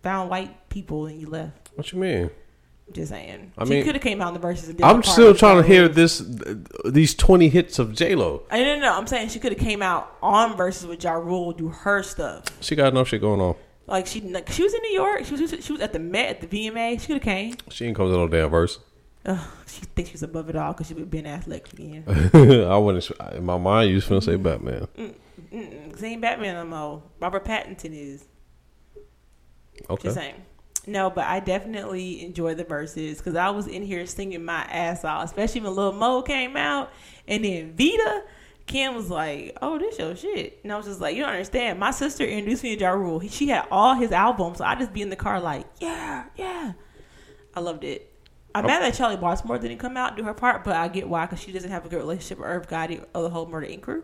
found white people and you left. What you mean? Just saying, I she mean, could have came out in the verses. and did I'm the part still with trying to J. hear Lo. this. th- These 20 hits of J Lo. I no, no, no. I'm saying she could have came out on verses with Ja Rule, do her stuff. She got enough shit going on. Like she, like she was in New York. She was, she was at the Met, at the VMA. She could have came. She ain't comes in no damn verse. Ugh, she thinks she's above it all because she would Ben Affleck again. Uh, I wouldn't. In my mind, you was finna say Batman. Mm-mm, 'cause he ain't Batman no more. Robert Pattinson is. Okay. Just saying. No, but I definitely enjoy the verses because I was in here singing my ass off, especially when Lil Mo came out and then Vita. Kim was like, "Oh, this your shit," and I was just like, "You don't understand." My sister introduced me to Ja Rule. He- She had all his albums, so I just be in the car like, "Yeah, yeah." I loved it. I'm mad that Charlie Baltimore didn't come out and do her part, but I get why because she doesn't have a good relationship with Irv Gotti or the whole Murder Inc. crew.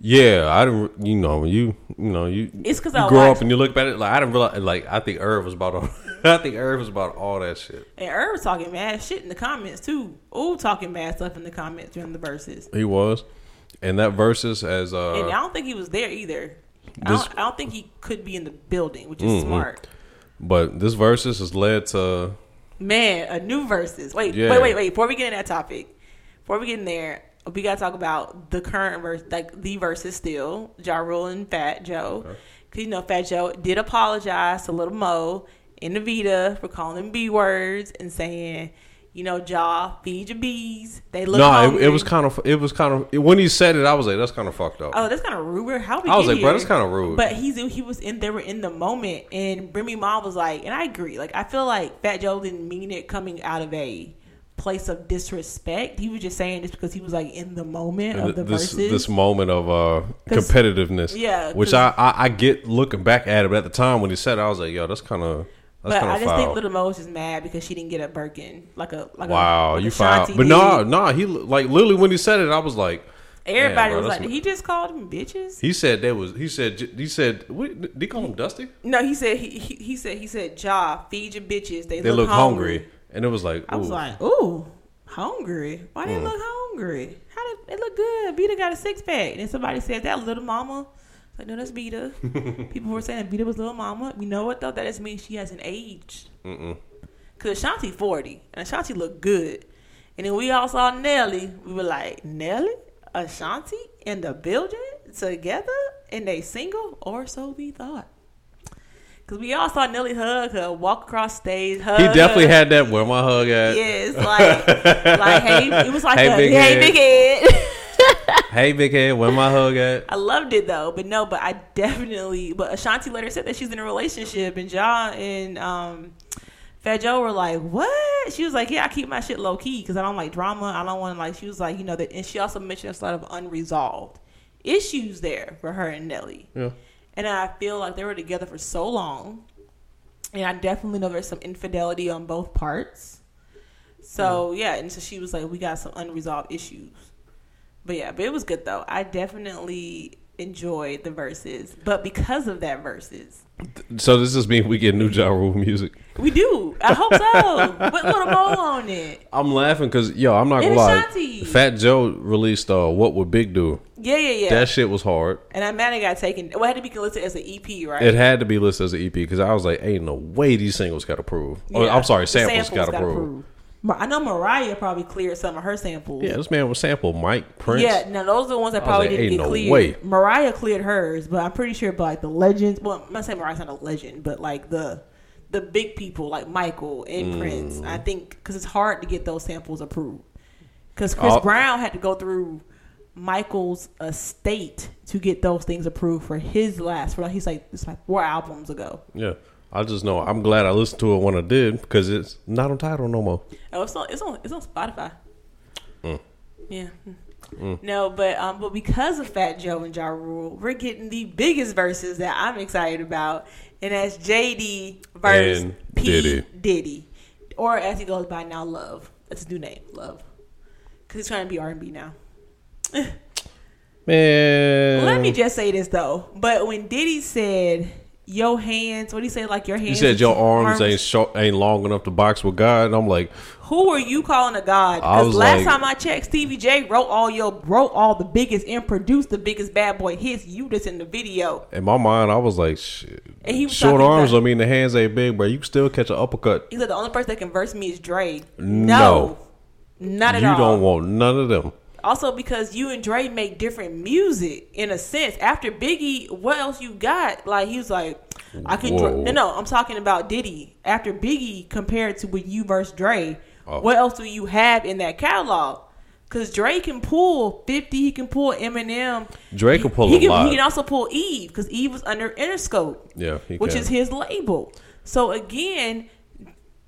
Yeah, I didn't. You know, you you know you. It's 'cause you I grow watched- up and you look back at it. Like I didn't realize. Like I think Irv was about. All, I think Irv was about all that shit. And Irv was talking mad shit in the comments too. Ooh, talking mad stuff in the comments during the verses. He was, and that versus as and I uh. don't think he was there either. I, This- Mm-hmm. don't, I don't think he could be in the building, which is smart. But this versus has led to. Man, a new versus. Wait, Yeah. wait, wait, wait. Before we get in that topic, before we get in there, we gotta talk about the current verse, like the verses still. Ja Rule and Fat Joe, because you know Fat Joe did apologize to Little Mo and Evita for calling him b words and saying, you know, Ja, feed your bees. They look. No, it, it hungry. was kind of. It was kind of. When he said it, I was like, "That's kind of fucked up." Oh, that's kind of rude. Where- How we I was get like, bro, here? that's kinda rude. But he's he was in they were in the moment, and Remy Ma was like, and I agree. Like I feel like Fat Joe didn't mean it coming out of a place of disrespect. He was just saying this because he was like in the moment of the this verses. this moment of uh 'Cause- competitiveness, yeah, which 'cause- I, I I get looking back at it, but at the time when he said it, I was like, yo, that's kind of that's but kind I of just foul. think Little Mo was just mad because she didn't get a Birkin like a like a, wow, like you Ashanti found, but did. no, no, he like literally when he said it, I was like, everybody bro, was that's like, ma- he just called them bitches. he said that was he said j- he said what, did he call him Dusty? no, he said he, he he said he said Ja, feed your bitches. They, They look, look hungry. hungry. and it was like, I was ooh. Mm. like, ooh, hungry. Why they look hungry? How did they look good? Beta got a six pack. And then somebody said that little mama. It's Like, no, that's Beta. People were saying Beta was little mama. You know what though? That just means she hasn't aged. Mm-mm. Cause Ashanti forty and Ashanti looked good. And then we all saw Nelly. We were like, Nelly, Ashanti in the building together and they single, or so we thought. Cause we all saw Nelly hug her, walk across stage, hug he definitely her. had that where my hug at. Yes, like, like hey, it was like Hey, a, big hey, head. big head. Hey, big head, where my hug at? I loved it though, but no, but I definitely. But Ashanti later said that she's in a relationship, and Ja and um, Fat Joe were like, "What?" She was like, "Yeah, I keep my shit low key because I don't like drama. I don't want like." She was like, "You know that," and she also mentioned a lot of unresolved issues there for her and Nelly. Yeah. And I feel like they were together for so long. And I definitely know there's some infidelity on both parts. Mm. So yeah, and so she was like, We got some unresolved issues. But yeah, but it was good though. I definitely enjoyed the verses. But because of that verses, So does this mean we get new Ja Rule music? we do. I hope so. With little mo on it. I'm laughing because yo, I'm not And gonna lie. Ashanti. Fat Joe released uh, "What Would Big Do," Yeah, yeah, yeah. That shit was hard. and I'm mad it got taken. Well, it had to be listed as an EP, right? It had to be listed as an EP because I was like, ain't no way these singles got approved. Oh, Yeah. I'm sorry, The samples, got got approved. approved. Mar- I know Mariah probably cleared some of her samples. Yeah, this man was sample Mike Prince. Yeah, now those are the ones that was probably like, didn't ain't get no cleared. way. Mariah cleared hers, but I'm pretty sure, but like the legends. Well, I'm not saying Mariah's not a legend, but like the the big people like Michael and Prince. I Mm. think because it's hard to get those samples approved. Because Chris All- Brown had to go through Michael's estate to get those things approved for his last. For like, he's like it's like four albums ago. Yeah. I just know I'm glad I listened to it when I did because it's not on title no more. Oh, it's on it's on it's on Spotify. Mm. Yeah. No, but um, but because of Fat Joe and Ja Rule, we're getting the biggest verses that I'm excited about, and that's JD versus And P Diddy. Diddy. or as he goes by now, Love. That's his new name, Love, because he's trying to be R and B now. Man. Let me just say this though, but when Diddy said your hands, what do you say? Like your hands? You said your arms, ain't short, ain't long enough to box with God. And I'm like, Who are you calling a god? I Because was last like- time I checked, Stevie J wrote all your wrote all the biggest and produced the biggest bad boy hits. You just in the video, in my mind, I was like, shit. and he was Short talking arms about- don't mean the hands ain't big, but you can still catch an uppercut. He said the only person that can verse me is Dre. No, No. not at you all. don't want none of them. also, because you and Dre make different music in a sense. After Biggie, what else you got? Like he was like, I can. Dr- Whoa. no, no, I'm talking about Diddy. After Biggie, compared to when you verse Dre, Oh. what else do you have in that catalog? Because Dre can pull 50, he can pull Eminem. Dre He- can pull he a lot. He can also pull Eve because Eve was under Interscope, Yeah, he which can. is his label. So again,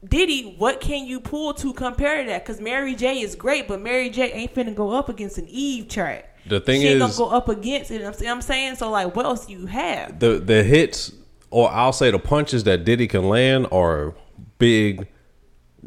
Diddy, what can you pull to compare to that? Because Mary J is great, but Mary J ain't finna go up against an Eve track. The thing she ain't gonna is- go up against it. I'm, see- I'm saying so. Like, what else do you have? the the hits or I'll say the punches that Diddy can land are big.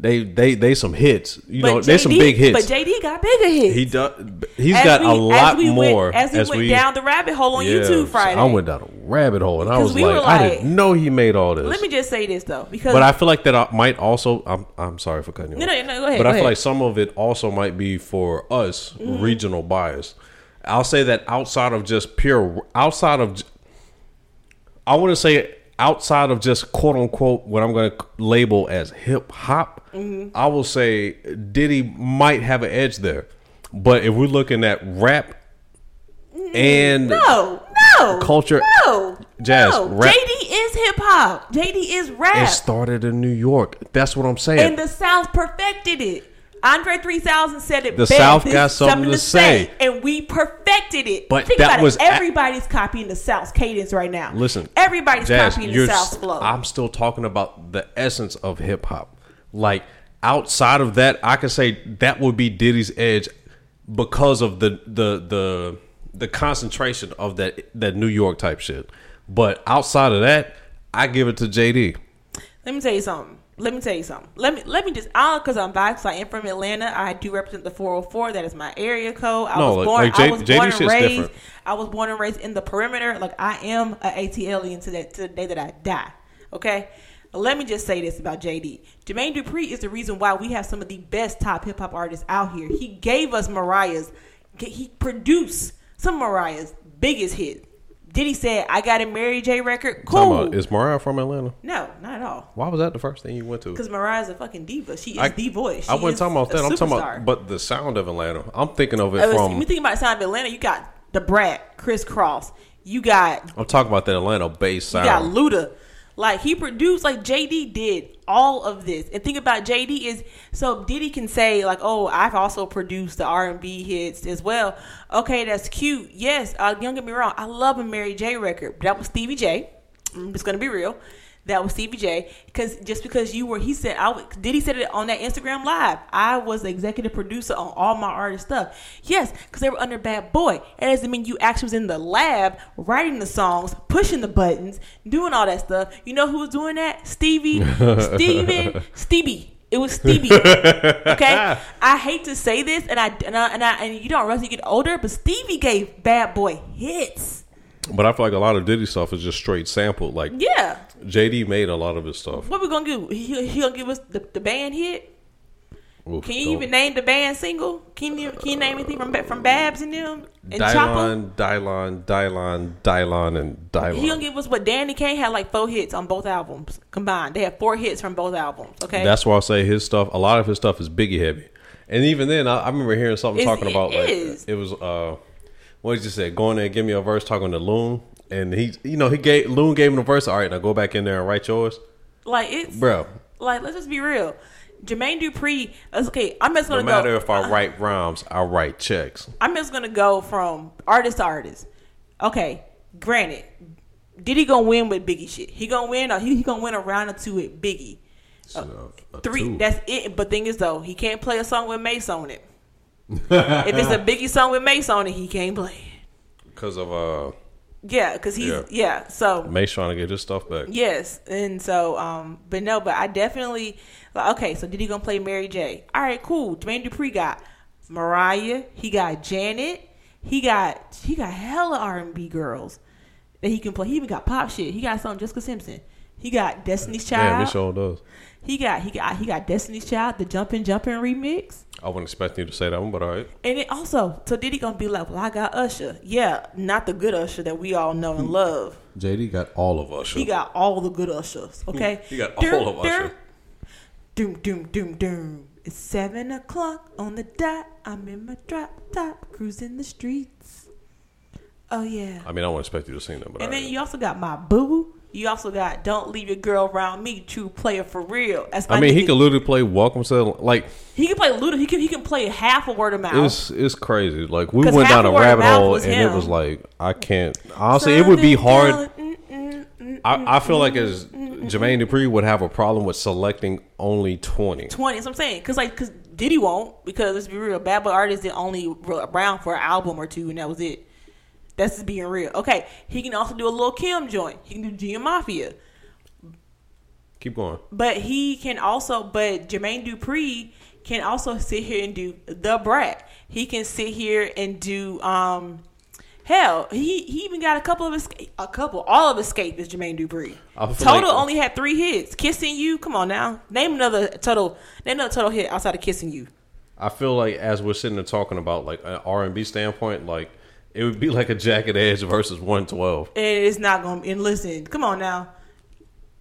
They they they some hits. You know, they some big hits. But JD got bigger hits. he does. He's As got we- a as lot we went- more as we went down the rabbit hole on YouTube Friday. I went down a rabbit hole, and I 'Cause was we were like, I like- didn't know he made all this. Let me just say this though, because but I feel like that I might also. I'm I'm sorry for cutting you. No, off. no, no, go ahead, But go I feel ahead. Mm-hmm. like some of it also might be for us regional bias. I'll say that outside of just pure, outside of, j- I want to say outside of just quote unquote what I'm going to label as hip hop. Mm-hmm. I will say Diddy might have an edge there, but if we're looking at rap Mm-hmm. and no, no Culture- no, Jazz, no. rap- JD is hip hop. JD is rap. it started in New York. That's what I'm saying. And the South perfected it. Andre 3000 said it The best. South It's got something to say. And we perfected it. But Think that about it. was a- Everybody's copying the South's cadence right now. Listen, Everybody's Jazz, copying the you're South's st- flow. I'm still talking about the essence of hip hop. Like outside of that, I could say that would be Diddy's edge because of the the the the concentration of that that New York type shit. But outside of that, I give it to JD. Let me tell you something. Let me tell you something. Let me let me just I because I'm biased. 'cause I am from Atlanta. I do represent the 404. That is my area code. I No, was like- born. like J- I was JD born and shit's raised. different. I was born and raised in the perimeter. Like I am a ATLian to that to the day that I die. Okay. Let me just say this about JD. Jermaine Dupri is the reason why we have some of the best top hip hop artists out here. He gave us Mariah's. He produced some of Mariah's biggest hit. Diddy said, "I got a Mary J record." Talking Cool. about, is Mariah from Atlanta? no, not at all. Why was that the first thing you went to? Because Mariah's a fucking diva. She is I- the voice. She I wasn't is talking about a that. I'm talking superstar. about but the sound of Atlanta. I'm thinking of it Uh, from. when you think about the sound of Atlanta, you got the Brat, Chris Cross. You got you I'm talking about that Atlanta bass sound. got Luda. Like he produced, like JD did all of this. And think about JD is so Diddy can say like, oh, I've also produced the R and B hits as well. Okay, that's cute. Yes, uh, don't get me wrong. I love a Mary J record, but that was Stevie J. I'm just gonna be real. That was Stevie J. Because just because you were, he said, I w- did. He said it on that Instagram live. I was the executive producer on all my artist stuff. Yes, because they were under Bad Boy. It doesn't mean you actually was in the lab writing the songs, pushing the buttons, doing all that stuff. You know who was doing that? Stevie, Steven, Stevie. It was Stevie. Okay, I hate to say this, and I and I and, I, and you don't realize you get older, but Stevie gave Bad Boy hits. But I feel like a lot of Diddy stuff is just straight sampled. Like Yeah. JD made a lot of his stuff. What we gonna do? He he gonna give us the, the band hit? Oof, Can you don't. even name the band single? Can you can you name anything from Ba- from Babs and them and Chopper? Dylon, Dylon, Dylon, Dylon, and Dylon. He gonna give us what Danny Kane had like four hits on both albums combined. They had four hits from both albums. Okay, That's why I say his stuff. A lot of his stuff is Biggie heavy, and even then, I, I remember hearing something It's- talking about it like is. it was uh, what did you say? Going there, and give me a verse, talking to Loon, and he, you know, he gave Loon gave him the verse. All right, now go back in there and write yours, like it's bro. like let's just be real. Jermaine Dupri. that's Okay, I'm just No gonna matter go. if I write rhymes, I write checks. I'm just gonna go from artist to artist. Okay, granted, Diddy gonna win with Biggie shit. He gonna win. Or he, he gonna win a round or two with Biggie. So, a Uh, Three. two. That's it. But thing is though, he can't play a song with Mace on it. if it's a Biggie song with Mace on it, he can't play it. because of uh, Yeah, because he's yeah. So Mace trying to get his stuff back. yes, and so um, but no, but I definitely like okay. So Diddy gonna play Mary J. All right, cool. Jermaine Dupri got Mariah. He got Janet. He got he got hella R and B girls that he can play. He even got pop shit. He got some Jessica Simpson. He got Destiny's Damn, Child. he sure does. he got he got he got Destiny's Child, the Jumpin' Jumpin' remix. I wasn't expecting you to say that one, but all right. And it also, so Diddy gonna be like, well, I got Usher. Yeah, not the good Usher that we all know Hmm. and love. JD got all of us. He got all the good Ushers, okay? Hmm. He got all of Usher. Doom, doom, doom, doom. It's seven o'clock on the dot. I'm in my drop top, cruising the streets. Oh, yeah. I mean, I wouldn't expect you to sing that, but And all then right. you also got my boo. You also got Don't Leave Your Girl Around Me, true player for real. That's my I mean, he nigga. could literally play "Welcome to the, like." he can play Luda. He can he can play half a word of mouth. It was it's crazy. Like we Oh. 'Cause went half down a of word of rabbit mouth hole, was and him. it was like I can't. Honestly, it would be hard. Something Mm-hmm. telling- mm, mm, mm. I, I feel like as Jermaine Dupri would have a problem with selecting only twenty. 20. That's what I'm saying. Because, like, because Diddy won't. Because, let's be real, Bad Boy Artists did only were around for an album or two, and that was it. That's just being real. Okay, he can also do a little Kim joint. He can do G and Mafia. Keep going. But he can also, but Jermaine Dupri can also sit here and do The Brat. He can sit here and do, um, hell, he, he even got a couple of escape, a couple, all of escape is Jermaine Dupri. I feel Total like- only had three hits. Kissing You, come on now. Name another total, name another total hit outside of Kissing You. I feel like as we're sitting there talking about like an R and B standpoint, like it would be like a Jagged Edge versus one twelve. And it's not gonna. And listen, come on now.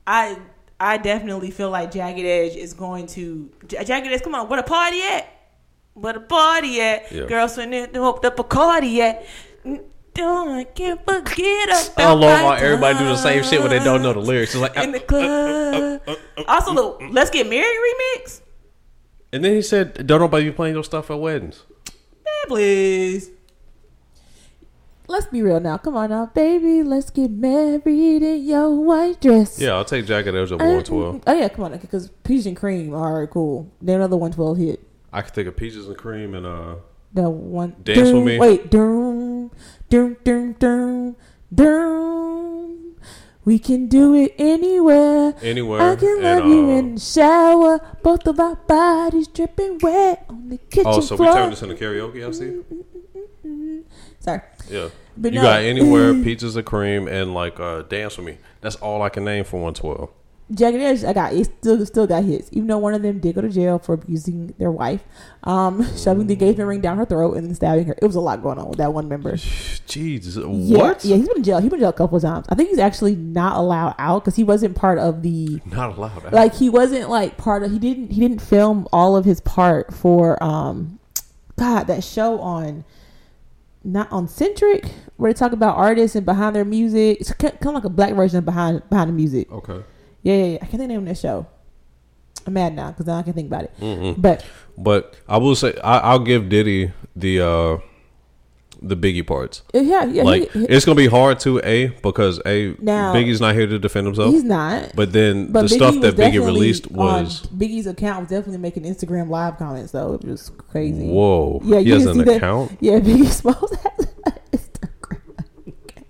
I I definitely feel like Jagged Edge is going to Ja- Jagged Edge. Come on, where the party at? Where the party at? Yeah. Girls when they hope the Bacardi at. Mm, Don't I can't forget about. I love how my everybody do the same shit when they don't know the lyrics. It's like, time In the club. also, the Let's Get Married remix. and then he said, "Don't nobody be playing your stuff at weddings." Man, please. Let's be real now. Come on now, baby. Let's get married in your white dress. Yeah, I'll take Jagged Edge over Uh, one twelve. Oh yeah, come on, because peach and cream are cool. They're another one twelve hit. I could take a Peaches and Cream and uh. The one. Dance with doom, me. Wait, doom, doom, doom, doom, doom. We can do it anywhere. Anywhere. I can and, love you uh, in the shower. Both of our bodies dripping wet on the kitchen Oh, so we floor. Mm-hmm. turned this into karaoke, I see. Sorry, Yeah. but you no, got anywhere, peaches and cream, and like uh, dance with me. That's all I can name for one twelve. Jagged Edge, I got it. Still, still got hits. Even though one of them did go to jail for abusing their wife, um, shoving the engagement ring down her throat and then stabbing her. It was a lot going on with that one member. Jesus, Yeah, what? Yeah, he's been in jail. He's been in jail a couple of times. I think he's actually not allowed out because he wasn't part of the Not allowed. like he wasn't like part of he didn't he didn't film all of his part for um God that show on not on Centric where they talk about artists and behind their music. It's kind of like a black version of behind behind the music. okay. Yeah, yeah, yeah. I can't think of the name of that show. I'm mad now because now I can think about it. But But I will say I, I'll give Diddy the uh, the Biggie parts. uh, yeah, yeah, like he- he- it's gonna be hard to a because a Now- Biggie's not here to defend himself. he's not. But then But the Biggie stuff was that Biggie definitely released on- was Biggie's account was definitely making Instagram live comments though. It was crazy. whoa. Yeah, he you has didn't an see that? account. Yeah, Biggie Smalls has an Instagram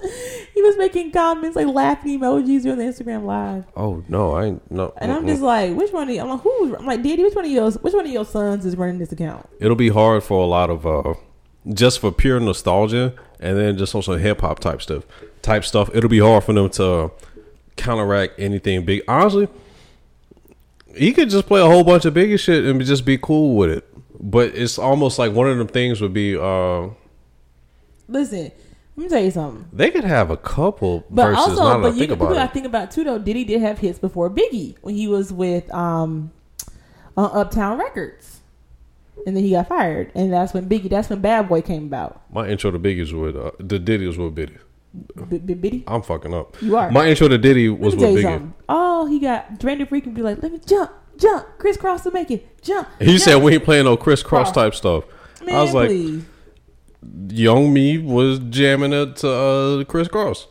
account. He was making comments like laughing emojis during the Instagram live, Oh no, I ain't no. and I'm mm-mm. just like, which one? Of you? I'm like, who? I'm like, Diddy, which one of your which one of your sons is running this account? it'll be hard for a lot of uh just for pure nostalgia and then just also hip hop type stuff type stuff it'll be hard for them to counteract anything big honestly He could just play a whole bunch of bigger shit and just be cool with it. But it's almost like one of them things would be uh, Listen, let me tell you something. they could have a couple But verses. now also, that I but you think people about got it. to think about too though. Diddy did have hits before Biggie when he was with um, on Uptown Records, and then he got fired, and that's when Biggie. That's when Bad Boy came about. My intro to Biggie's with uh, the Diddy was with Biddy. B- B- Biddy, I'm fucking up. you are. My intro to Diddy Let was me tell with you Biggie. something. Oh, he got Drander Freak and be like, let me jump, jump, crisscross to make it, jump. He jump. said we ain't playing no crisscross Cross. type stuff. Man, I was like, please. Young me was jamming it to uh, crisscross.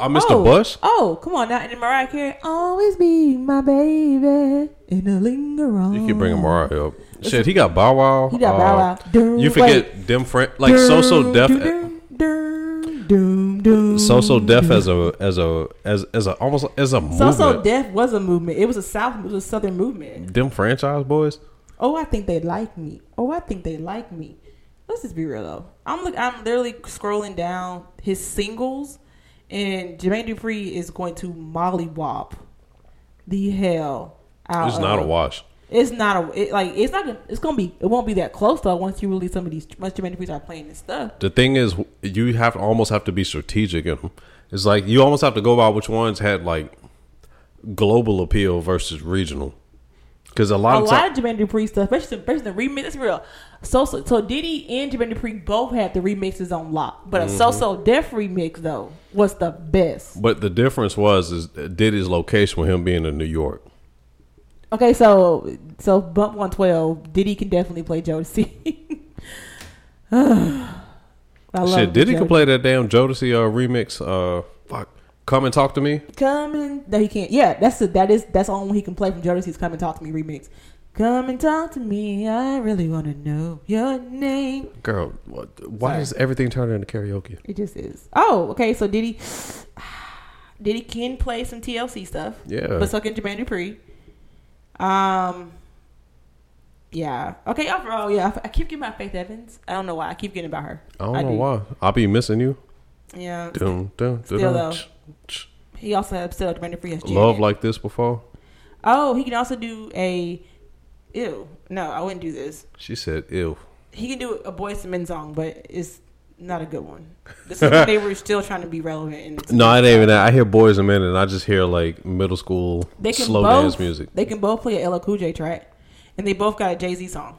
I missed the oh, bus. Oh, come on now. And then Mariah Carey, always be my baby in a linger on. You keep bringing Mariah up. Shit, he got Bow Wow. Mm. He got uh, Bow Wow. Doom, You wait. forget them friend like so so deaf. Doom, doom, doom, doom. so so deaf as a as a as as a almost as a So movement. so deaf was a movement. It was a south, it was a southern movement. Them franchise boys. Oh, I think they like me. Oh, I think they like me. Let's just be real though. I'm look. I'm literally scrolling down his singles, and Jermaine Dupri is going to mollywop the hell out. It's not a of- wash. It's not a it, like. It's not. gonna- It's gonna be. It won't be that close though. Once you release some of these, once Jermaine Dupri start playing this stuff. The thing is, you have almost have to be strategic in them. It's like you almost have to go by which ones had like global appeal versus regional. Because a lot a of lot times, of Jermaine Dupri stuff, especially, especially the remix. It's real. So, so, so Diddy and Jermaine Dupri both had the remixes on lock, but a Mm-hmm. So So Def remix though was the best. but the difference was is Diddy's location with him being in New York. Okay, so so bump one twelve, Diddy can definitely play Jodeci. I love Shit, Diddy Jodeci. could play that damn Jodeci uh, remix. Uh, fuck, come and talk to me. Come and no, he can't. Yeah, that's the that is that's the only one he can play from Jodeci's "Come and Talk to Me" remix. Come and talk to me. I really want to know your name. Girl, what, why Sorry. does everything turn into karaoke? It just is. Oh, okay. So Diddy, Diddy can play some TLC stuff, Yeah, but so can Jermaine Dupri. Um, yeah. Okay. Overall, yeah. I- I keep getting about Faith Evans. I don't know why. I keep getting about her. I don't I know do. why. I'll be missing you. Yeah. Dun, dun, dun, Still dun, though. ch- ch- He also has still Jermaine Dupri. Has Janet. Love like this before. Oh, he can also do a. Ew. No, I wouldn't do this. She said, "Ew." He can do a boys to men song, but it's not a good one. This is when they were still trying to be relevant. And No, it ain't even that. I hear boys and men, and I just hear like middle school They can slow both- dance music. They can both play a LL Cool J track, and they both got a Jay Z song.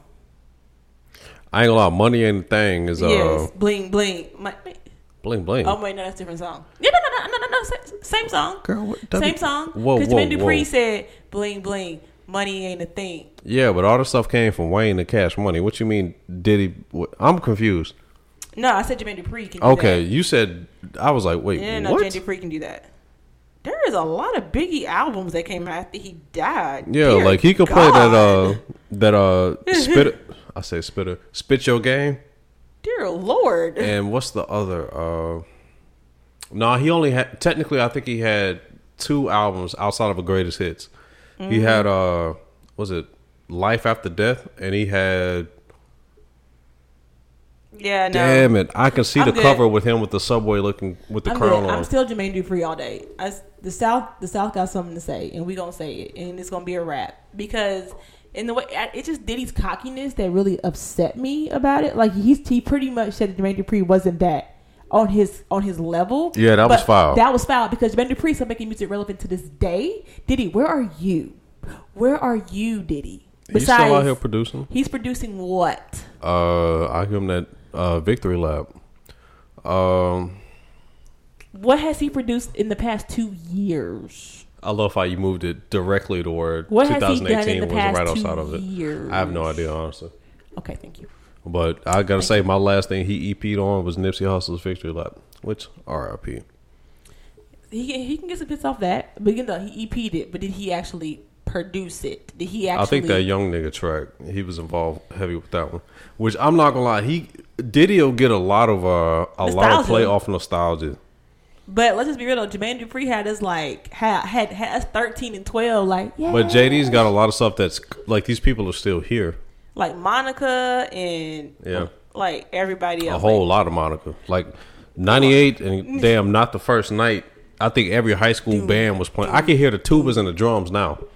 I ain't gonna lie, money ain't a thing. Is uh, yes, bling bling. My, bling bling. oh wait, no, that's a different song. Yeah, no, no, no, no, no, no, same, same song, Girl, what, same song. Whoa, Because whoa, Jermaine Dupri whoa. said, "Bling bling, money ain't a thing." Yeah, but all the stuff came from Wayne and Cash Money. What you mean, Diddy? What, I'm confused. No, I said Jermaine Dupri can. Do Okay, you said I was like, that. wait, yeah, no, what? Jermaine Dupri can do that. There is a lot of Biggie albums that came out after he died. yeah, Dear like he could play that God. uh that uh spit. I say spitter, spit your game. Dear Lord. and what's the other? Uh, nah, he only had technically. I think he had two albums outside of a greatest hits. Mm-hmm. He had uh, was it Life After Death, and he had. yeah, no. Damn it! I can see I'm the good. cover with him with the subway looking with the I'm, crown good. I'm on. still Jermaine Dupri all day. I s the South, the South got something to say, and we gonna say it, and it's gonna be a wrap because in the way I- it's just Diddy's cockiness that really upset me about it. Like he's he pretty much said that Jermaine Dupri wasn't that on his on his level. Yeah, that was But foul. That was foul because Jermaine Dupri still making music relevant to this day. Diddy, where are you? Where are you, Diddy? He's still out here producing. he's producing what? Uh, I give him that uh, Victory Lab. Um, What has he produced in the past two years? I love how you moved it directly to where What has he 2018 done in the was past right two outside of it. years? I have no idea, honestly. Okay, thank you. But I gotta say, my last thing he EP'd on was Nipsey Hussle's Victory Lap, which RIP. He can, he can get some hits off that, but you know he EP'd it. But did he actually produce it? Did he actually? I think that young nigga track he was involved heavy with that one, which I'm not gonna lie, he Diddy'll get a lot of uh, a lot of Nostalgia. play off nostalgia. But let's just be real though. Jermaine Dupri had us like had had, had us thirteen and twelve, like yeah. But JD's got a lot of stuff that's like these people are still here. like Monica and Yeah. like everybody A else. whole lot of Monica, like '98 Mm. and damn, not the first night. I think every high school band was playing. I can hear the tubas and the drums now. Like,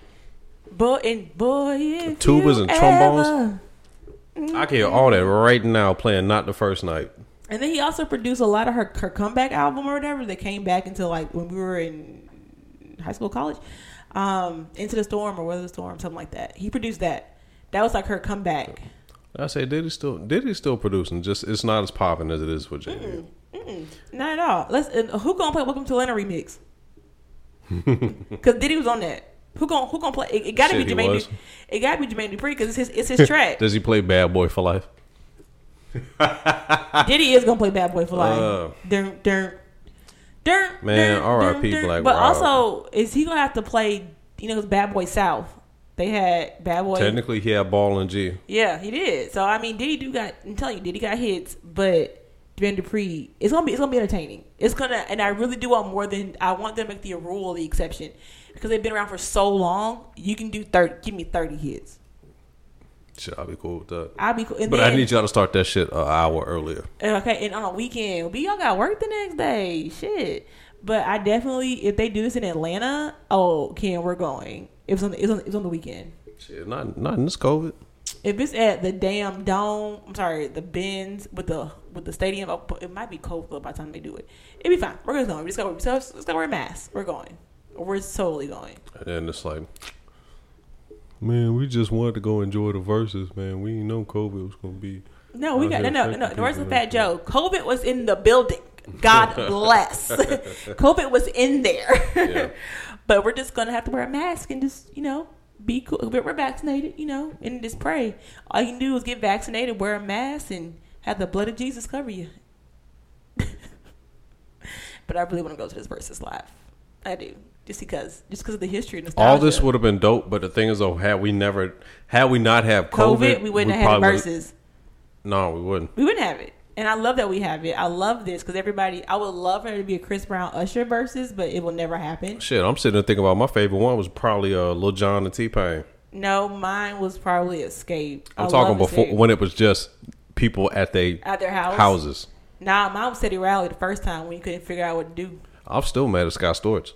Boy, and boy, if Tubas you and trombones. ever- Mm. I can hear all that right now playing not the first night. And then he also produced a lot of her, her comeback album or whatever that came back into like when we were in high school, college, um, Into the Storm or Weather the Storm, something like that. He produced that. That was like her comeback. I say Diddy's still Diddy's still producing, just it's not as popping as it is with Jay. Mm-mm, not at all. Let's. And who gonna play "Welcome to Atlanta" remix? Because Diddy was on that. Who gonna Who gonna play? It, it gotta Shit, be he Jermaine. was. Du- it gotta be Jermaine Dupri because it's his. It's his track. Does he play Bad Boy for Life? Diddy is gonna play "Bad Boy for Life." Uh. Dun, dun, dun, Man, dun, R.I.P. dun, dun. Black But Rob. also, is he gonna have to play? You know, 'cause "Bad Boy South." They had "Bad Boy." Technically, he had Ball and G. Yeah, he did. So I mean, Diddy do got. I'm telling you, Diddy got hits, but Van Dupree, it's gonna be it's gonna be entertaining. It's gonna, and I really do want more than I want them to make the rule the exception because they've been around for so long. You can do thirty. Give me thirty hits. Shit, I'll be cool with that. I'll be cool. And But then, I need y'all to start that shit an hour earlier. Okay, and on a weekend, but y'all got work the next day. Shit. But I definitely, if they do this in Atlanta, oh, Ken, we're going. It's on, the, it's on, it's on the weekend. Shit, not not in this COVID. If it's at the damn dome, I'm sorry, the bins with the with the stadium, up, it might be cold though by the time they do it. It'd be fine. We're gonna go. We just gotta, we just gotta wear masks. We're going. We're totally going. And then it's like, man, we just wanted to go enjoy the verses, man. We didn't know COVID was gonna be. No, we got How's no, it no, affecting no. Where's the people? fat Joe? COVID was in the building. God bless. COVID was in there, Yeah. but we're just gonna have to wear a mask and just you know be cool. But we're vaccinated, you know, and just pray. All you can do is get vaccinated, wear a mask, and have the blood of Jesus cover you. but I really want to go to this versus live. I do just because just because of the history and nostalgia. All this would have been dope, but the thing is, though, had we never, had we not have COVID, COVID, we wouldn't have probably had wouldn't- verses. No, we wouldn't. We wouldn't have it. And I love that we have it. I love this because everybody, I would love for it to be a Chris Brown Usher versus, but it will never happen. Shit, I'm sitting there thinking about my favorite one was probably uh, Lil Jon and T Pain. No, mine was probably Escape. I'm I talking love before Escape. when it was just people at they At their house? houses. Nah, mine was Teddy Riley the first time when you couldn't figure out what to do. I'm still mad at Scott Storch.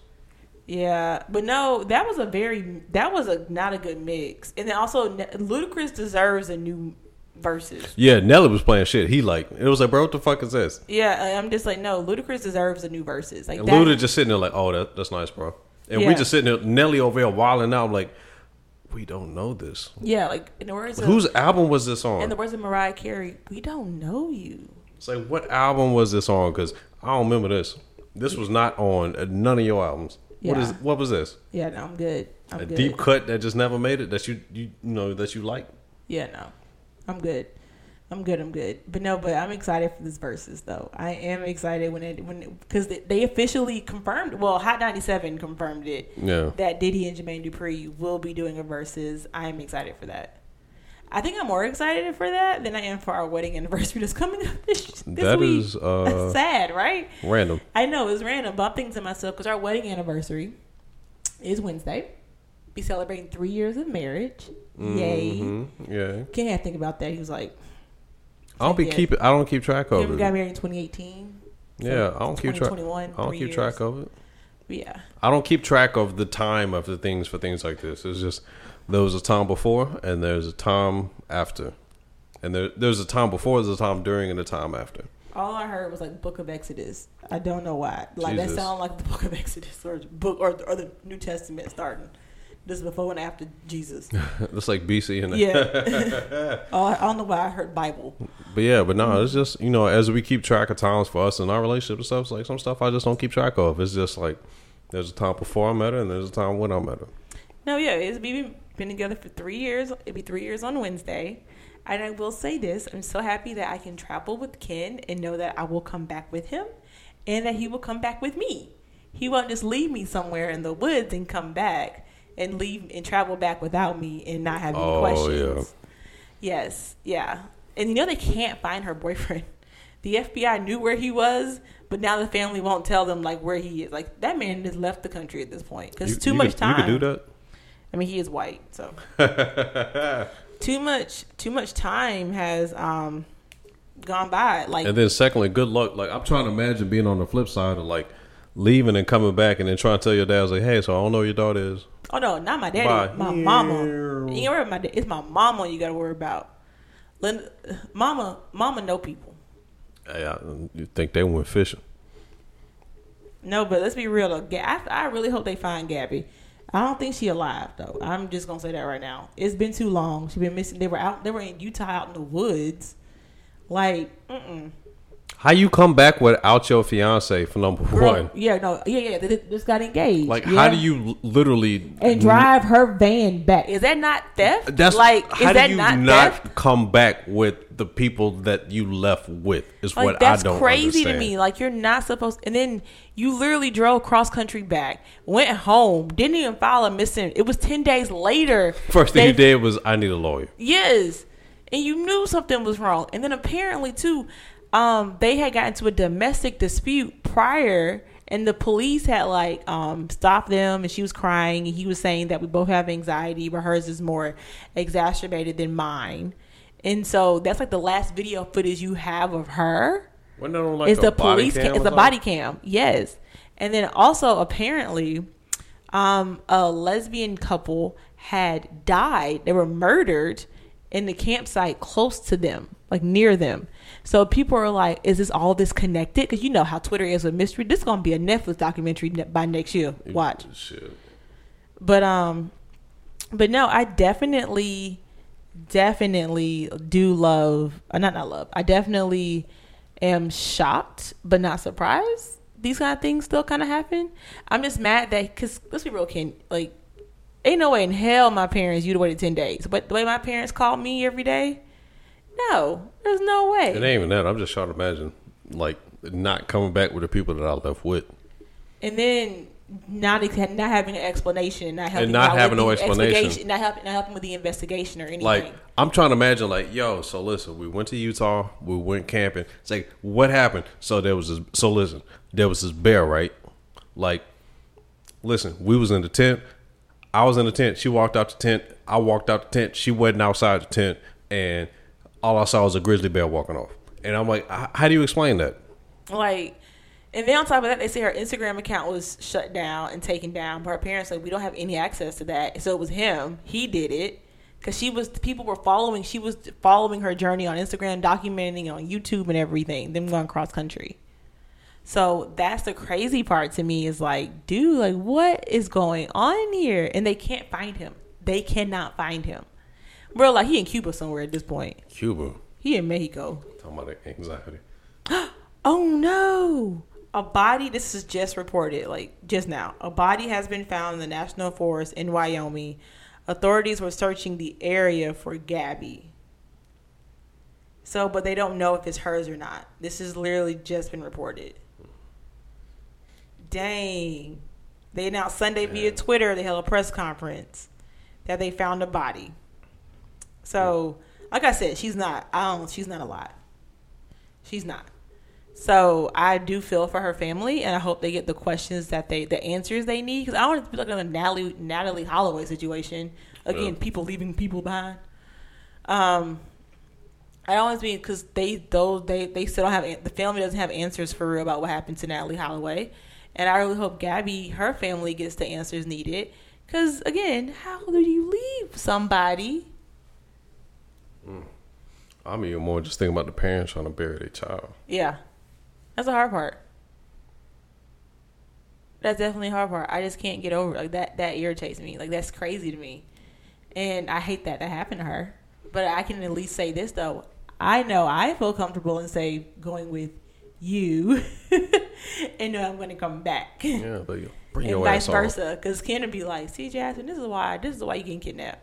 Yeah, but no, that was a very that was a not a good mix. And then also, Ne- Ludacris deserves a new versus. Yeah, Nelly was playing shit. He like it was like, bro, what the fuck is this? Yeah, I- I'm just like no, Ludacris deserves a new versus. Like And that, Luda just sitting there like, oh, that, that's nice, bro. And Yeah. we just sitting there, Nelly over here wilding out. I'm like, we don't know this. yeah, like in the words of Whose album was this in the on? words of Mariah Carey, we don't know you. It's like, what album was this on? Because I don't remember this. This was not on uh, none of your albums. What is Yeah. what was this? Yeah, no, I'm good. I'm a good. deep cut that just never made it. That you you, you know that you like. Yeah, no, I'm good. I'm good. I'm good. But no, but I'm excited for this versus though. I am excited when it when because they officially confirmed. Well, Hot 97 confirmed it Yeah. that Diddy and Jermaine Dupri will be doing a versus. I am excited for that. I think I'm more excited for that than I am for our wedding anniversary that's coming up this, this That week. is, uh, sad, right? Random. I know it's random, but I'm thinking to myself because our wedding anniversary is Wednesday. Be celebrating three years of marriage. Yay! Mhm. Yeah. Ken had to think about that. He was like, I don't be Yeah. keep it. I don't keep track of "Ken it. got married in 2018." so yeah, I don't keep track. I 2021, don't three keep years. track of it. Yeah, I don't keep track of the time of the things for things like this. It's just there was a time before and there's a time after, and there there's a time before, there's a time during, and a time after. all I heard was like Book of Exodus. I don't know why. Like that Jesus. sound like the Book of Exodus or book or, or the New Testament starting. This is before and after Jesus. It's like BC and Yeah. all, I don't know why I heard Bible. But yeah, but no, it's just you know as we keep track of times for us and our relationship and stuff, it's like some stuff I just don't keep track of. It's just like there's a time before I met her and there's a time when I met her. No, yeah, it's we've been together for three years. It'll be three years on Wednesday. And I will say this I'm so happy that I can travel with Ken and know that I will come back with him and that he will come back with me. He won't just leave me somewhere in the woods and come back and leave and travel back without me and not have any Oh, questions. Yes, yeah. And you know, they can't find her boyfriend. The FBI knew where he was, but now the family won't tell them like where he is. Like that man has left the country at this point because You- too you much could- time. You could do that. I mean, he is white, so too much too much time has um gone by. Like, And then secondly, good luck. Like I'm trying to imagine being on the flip side of like leaving and coming back and then trying to tell your dad, I was like, hey, so I don't know who your daughter is. Oh no, not my daddy. Bye. My mama. You ain't worry about my dad. It's my mama you gotta worry about. Linda, mama, mama know people. Hey, I, you think they went fishing? No, but let's be real though. Ga- I, I really hope they find Gabby. I don't think she alive though. I'm just gonna say that right now. It's been too long. She been missing. They were out. They were in Utah, out in the woods. Like, mm, mm-mm. How you come back without your fiance for number Girl, one? Yeah, no, yeah, yeah. They they just got engaged. Like, yeah. how do you l- literally and drive her van back? Is that not theft? Mm-hmm. That's like, how is do that you not, not, theft? come back with the people that you left with? Is Like what that's I don't crazy understand. to me. Like you're not supposed. And then you literally drove cross country back, went home, didn't even file a missing. It was ten days later. First thing they you did was I need a lawyer. Yes. And you knew something was wrong. And then apparently too, um, they had gotten into a domestic dispute prior and the police had like um stopped them and she was crying and he was saying that we both have anxiety, but hers is more exacerbated than mine. And so that's like the last video footage you have of her Wasn't that on like it's a the body police. cam Cam, or it's the something? body cam. Yes, and then also apparently, um, a lesbian couple had died. They were murdered in the campsite close to them, like near them. So people are like, "Is this all this connected?" Because you know how Twitter is with mystery. This is gonna be a Netflix documentary ne- by next year. Watch. Shit. But um but no, I definitely definitely do love uh, not not love. I definitely am shocked but not surprised. These kind of things still kind of happen. I'm just mad that cuz let's be real Ken, like ain't no way in hell my parents you'd have waited 10 days. But the way my parents called me every day, no, there's no It way. ain't even that. I'm just trying to imagine like not coming back with the people that I left with. And then not ex- not having an explanation, not helping not out with having no the explanation. investigation- not helping, not helping with the investigation or anything. Like I'm trying to imagine, like, yo, so listen, we went to Utah, we went camping. It's like, what happened? So there was this so listen, there was this bear, right? Like, listen, we was in the tent. I was in the tent. She walked out the tent. I walked out the tent. She wasn't outside the tent, and all I saw was a grizzly bear walking off. And I'm like, h- how do you explain that? Like, and then on top of that, they say her Instagram account was shut down and taken down. But her parents said we don't have any access to that. So it was him. He did it because she was. People were following. She was following her journey on Instagram, documenting on YouTube and everything. Them going cross country. So that's the crazy part to me is like, dude, like what is going on here? And they can't find him. They cannot find him. Bro, like he in Cuba somewhere at this point. Cuba He in Mexico. talking about anxiety. Oh no! A body, this is just reported, like just now. A body has been found in the National Forest in Wyoming. Authorities were searching the area for Gabby. So, but they don't know if it's hers or not. This has literally just been reported. Dang. They announced Sunday via Yeah. Twitter, they held a press conference that they found a body. So, like I said, she's not, I don't, she's not alive. She's not. So I do feel for her family, and I hope they get the questions that they, the answers they need. Because I don't want it to be like a Natalie Natalie Holloway situation again. Yeah. People leaving people behind. Um, I always mean because they those they they still don't have an- the family doesn't have answers for real about what happened to Natalie Holloway, and I really hope Gabby her family gets the answers needed. Because again, how do you leave somebody? I'm even more just thinking about the parents trying to bury their child. Yeah. That's the hard part. That's definitely the hard part. I just can't get over it. like that that irritates me. Like that's crazy to me. And I hate that that happened to her. But I can at least say this though. I know I feel comfortable and say going with you and know I'm gonna come back. Yeah, but you bring and your vice ass on. versa. Because Ken would be like, see Jasmine, this is why this is why you getting kidnapped.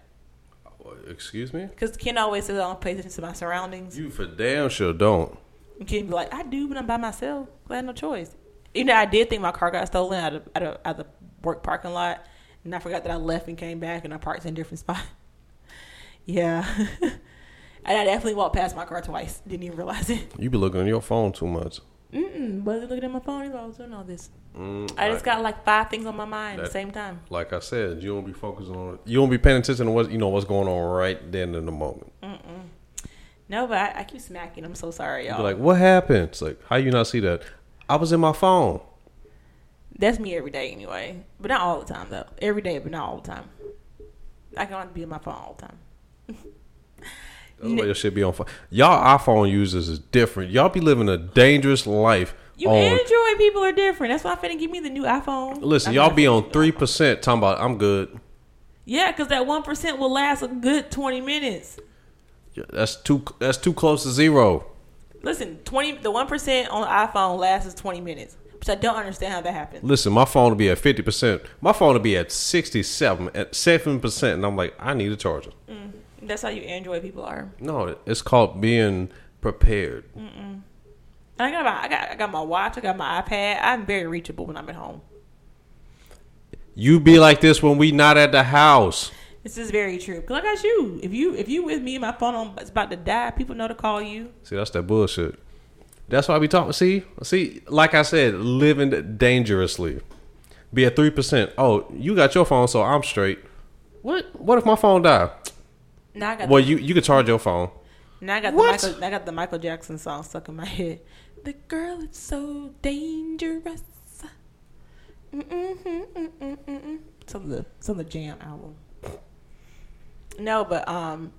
Excuse me. Because Ken always says I don't pay attention to my surroundings. You for damn sure don't. You can't be like, I do, but I'm by myself. I had no choice. You know, I did think my car got stolen out of out of, out of the work parking lot, and I forgot that I left and came back, and I parked in a different spot. yeah, and I definitely walked past my car twice. Didn't even realize it. You be looking on your phone too much. Mm-mm. Wasn't looking at my phone. either. I was doing all this. Mm, I just like- got like five things on my mind at the That- same time. Like I said, you don't be focusing on. You don't be paying attention to what you know what's going on right then in the moment. Mm-mm. No, but I, I keep smacking. I'm so sorry, You y'all. be like, what happened? It's like, how you not see that? I was in my phone. That's me every day anyway, but not all the time though. Every day, but not all the time. I can only be on my phone all the time. That's why your shit be on fire. Y'all iPhone users is different. Y'all be living a dangerous life You on. Android people are different. That's why finna give me the new iPhone. Listen, I'm y'all not be finna on get three iPhone. percent talking about I'm good. Yeah, because that one percent will last a good twenty minutes. That's too. That's too close to zero. Listen, twenty the one percent on the iPhone lasts twenty minutes, which I don't understand how that happens. Listen, my phone will be at fifty percent. My phone will be at sixty-seven, at seven percent, and I'm like, I need a charger. That's how you Android people are. No, it's called being prepared. And I got my I got I got my watch. I got my iPad. I'm very reachable when I'm at home. You be like this when we not at the house. This is very true. Cause I got you. If you if you with me, and my phone on, is about to die. People know to call you. See, that's that bullshit. That's why we talk. See, see, like I said, living dangerously. Be at three percent. Oh, you got your phone, so I'm straight. What? What if my phone die? Now I got Well, you you can charge your phone. the, now I got What? the Michael, now I got the Michael Jackson song stuck in my head. The girl is so dangerous. Mm-mm-mm-mm-mm-mm. It's on the it's on the Jam album. No, but um,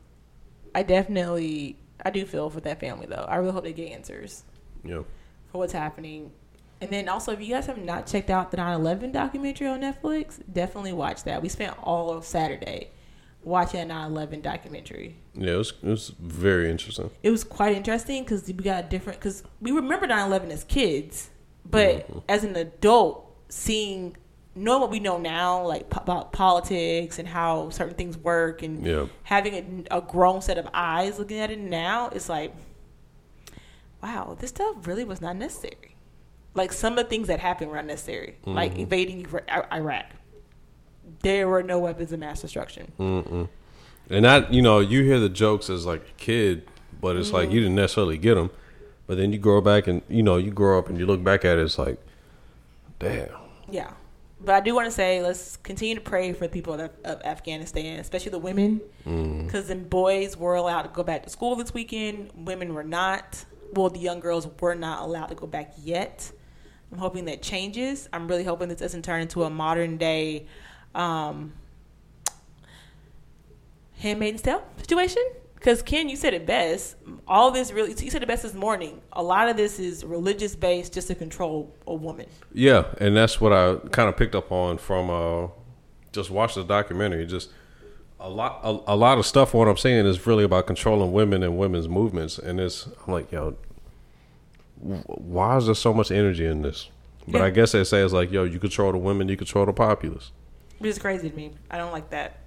I definitely I do feel for that family though. I really hope they get answers. Yeah. for what's happening. And then also, if you guys have not checked out the 9 11 documentary on Netflix, definitely watch that. We spent all of Saturday watching that 9 11 documentary. Yeah, it was, it was very interesting. It was quite interesting because we got different, because we remember 9 11 as kids, but as an adult, seeing, knowing what we know now, like po- about politics and how certain things work and Yeah. having a, a grown set of eyes looking at it now, it's like, wow, this stuff really was not necessary. Like some of the things that happened were unnecessary, like invading Ira- I- Iraq. There were no weapons of mass destruction. And that you know, you hear the jokes as like a kid, but it's like you Mm-hmm. didn't necessarily get them. But then you grow back and you know you grow up and you look back at it, it's like, damn. Yeah. But I do want to say, let's continue to pray for the people of, of Afghanistan, especially the women, because the boys were allowed to go back to school this weekend. Women were not. Well, the young girls were not allowed to go back yet. I'm hoping that changes. I'm really hoping this doesn't turn into a modern day um, handmaid's tale situation. Because Ken, you said it best. All this really, you said it best this morning. A lot of this is religious based, just to control a woman. Yeah, and that's what I kind of picked up on from uh, just watching the documentary. Just a lot, a, a lot of stuff. What I'm saying is really about controlling women and women's movements, and it's I'm like, yo, wh- why is there so much energy in this? But Yeah. I guess they say it's like, yo, you control the women, you control the populace. Which is crazy to me. I don't like that.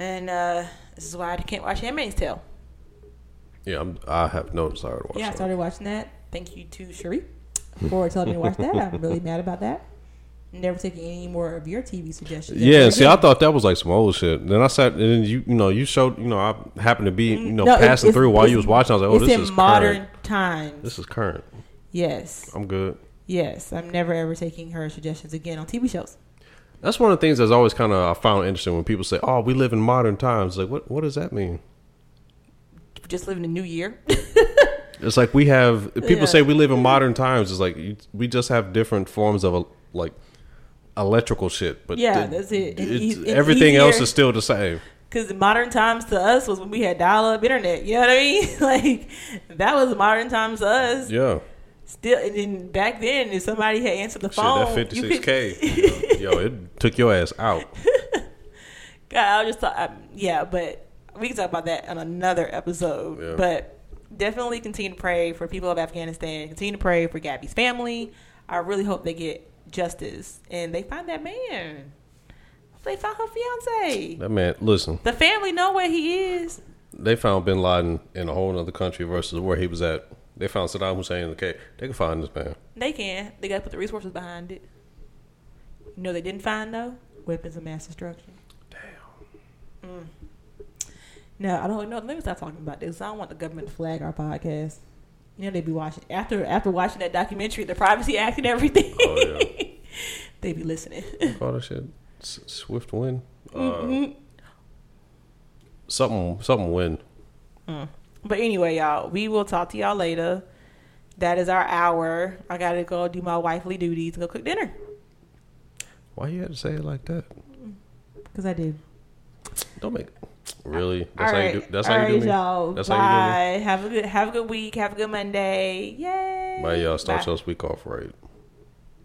And uh, this is why I can't watch Handmaid's Tale. Yeah, I'm, I have no desire to watch. yeah, I that. started watching that. Thank you to Cherie for telling me to watch that. I'm really mad about that. Never taking any more of your TV suggestions. Yeah, see, I thought that was like some old shit. Then I sat, and then you, you know, you showed, you know, I happened to be, you know, Mm, No, it- passing it's- through while it's- you was watching. I was like, oh, it's this in is modern current. times. This is current. Yes, I'm good. yes. I'm never ever taking her suggestions again on TV shows. That's one of the things that's always kind of I found interesting when people say, "Oh, we live in modern times." Like, what what does that mean? Just living a new year. It's like we have people Yeah. say we live in modern times. It's like you, we just have different forms of like electrical shit, but Yeah, the- that's it. And it's- eas- it's everything else easier. is still the same. Because modern times to us was when we had dial up internet. You know what I mean? like, that was modern times to us. Yeah. Still, and then back then, if somebody had answered the Shit, phone, that you fifty could- six K, yo, it took your ass out. God, I'll just talk. I, yeah, but we can talk about that on another episode. Yeah. But definitely continue to pray for people of Afghanistan. Continue to pray for Gabby's family. I really hope they get justice and they find that man. Hope They found her fiance. That man, listen, The family know where he is. they found Bin Laden in a whole other country versus where he was at. They found Saddam Hussein in the cave. They can find this man. They can. They got to put the resources behind it. You know, they didn't find though weapons of mass destruction. Damn. Mm. No, I don't know. Let me stop talking about this. I don't want the government to flag our podcast. You know, they be watching after after watching that documentary, the Privacy Act and everything. Oh, they be listening. Call that shit S- swift win. Uh, Mhm. something, something win. But anyway, y'all, we will talk to y'all later. That is our hour. I gotta go do my wifely duties and go cook dinner. Why you had to say it like that? Because I did. Don't make really. That's how you do. That's how you do me. all That's Bye. how you do me. Have a good have a good week. Have a good Monday. Yay. Bye, y'all. Start your week off right.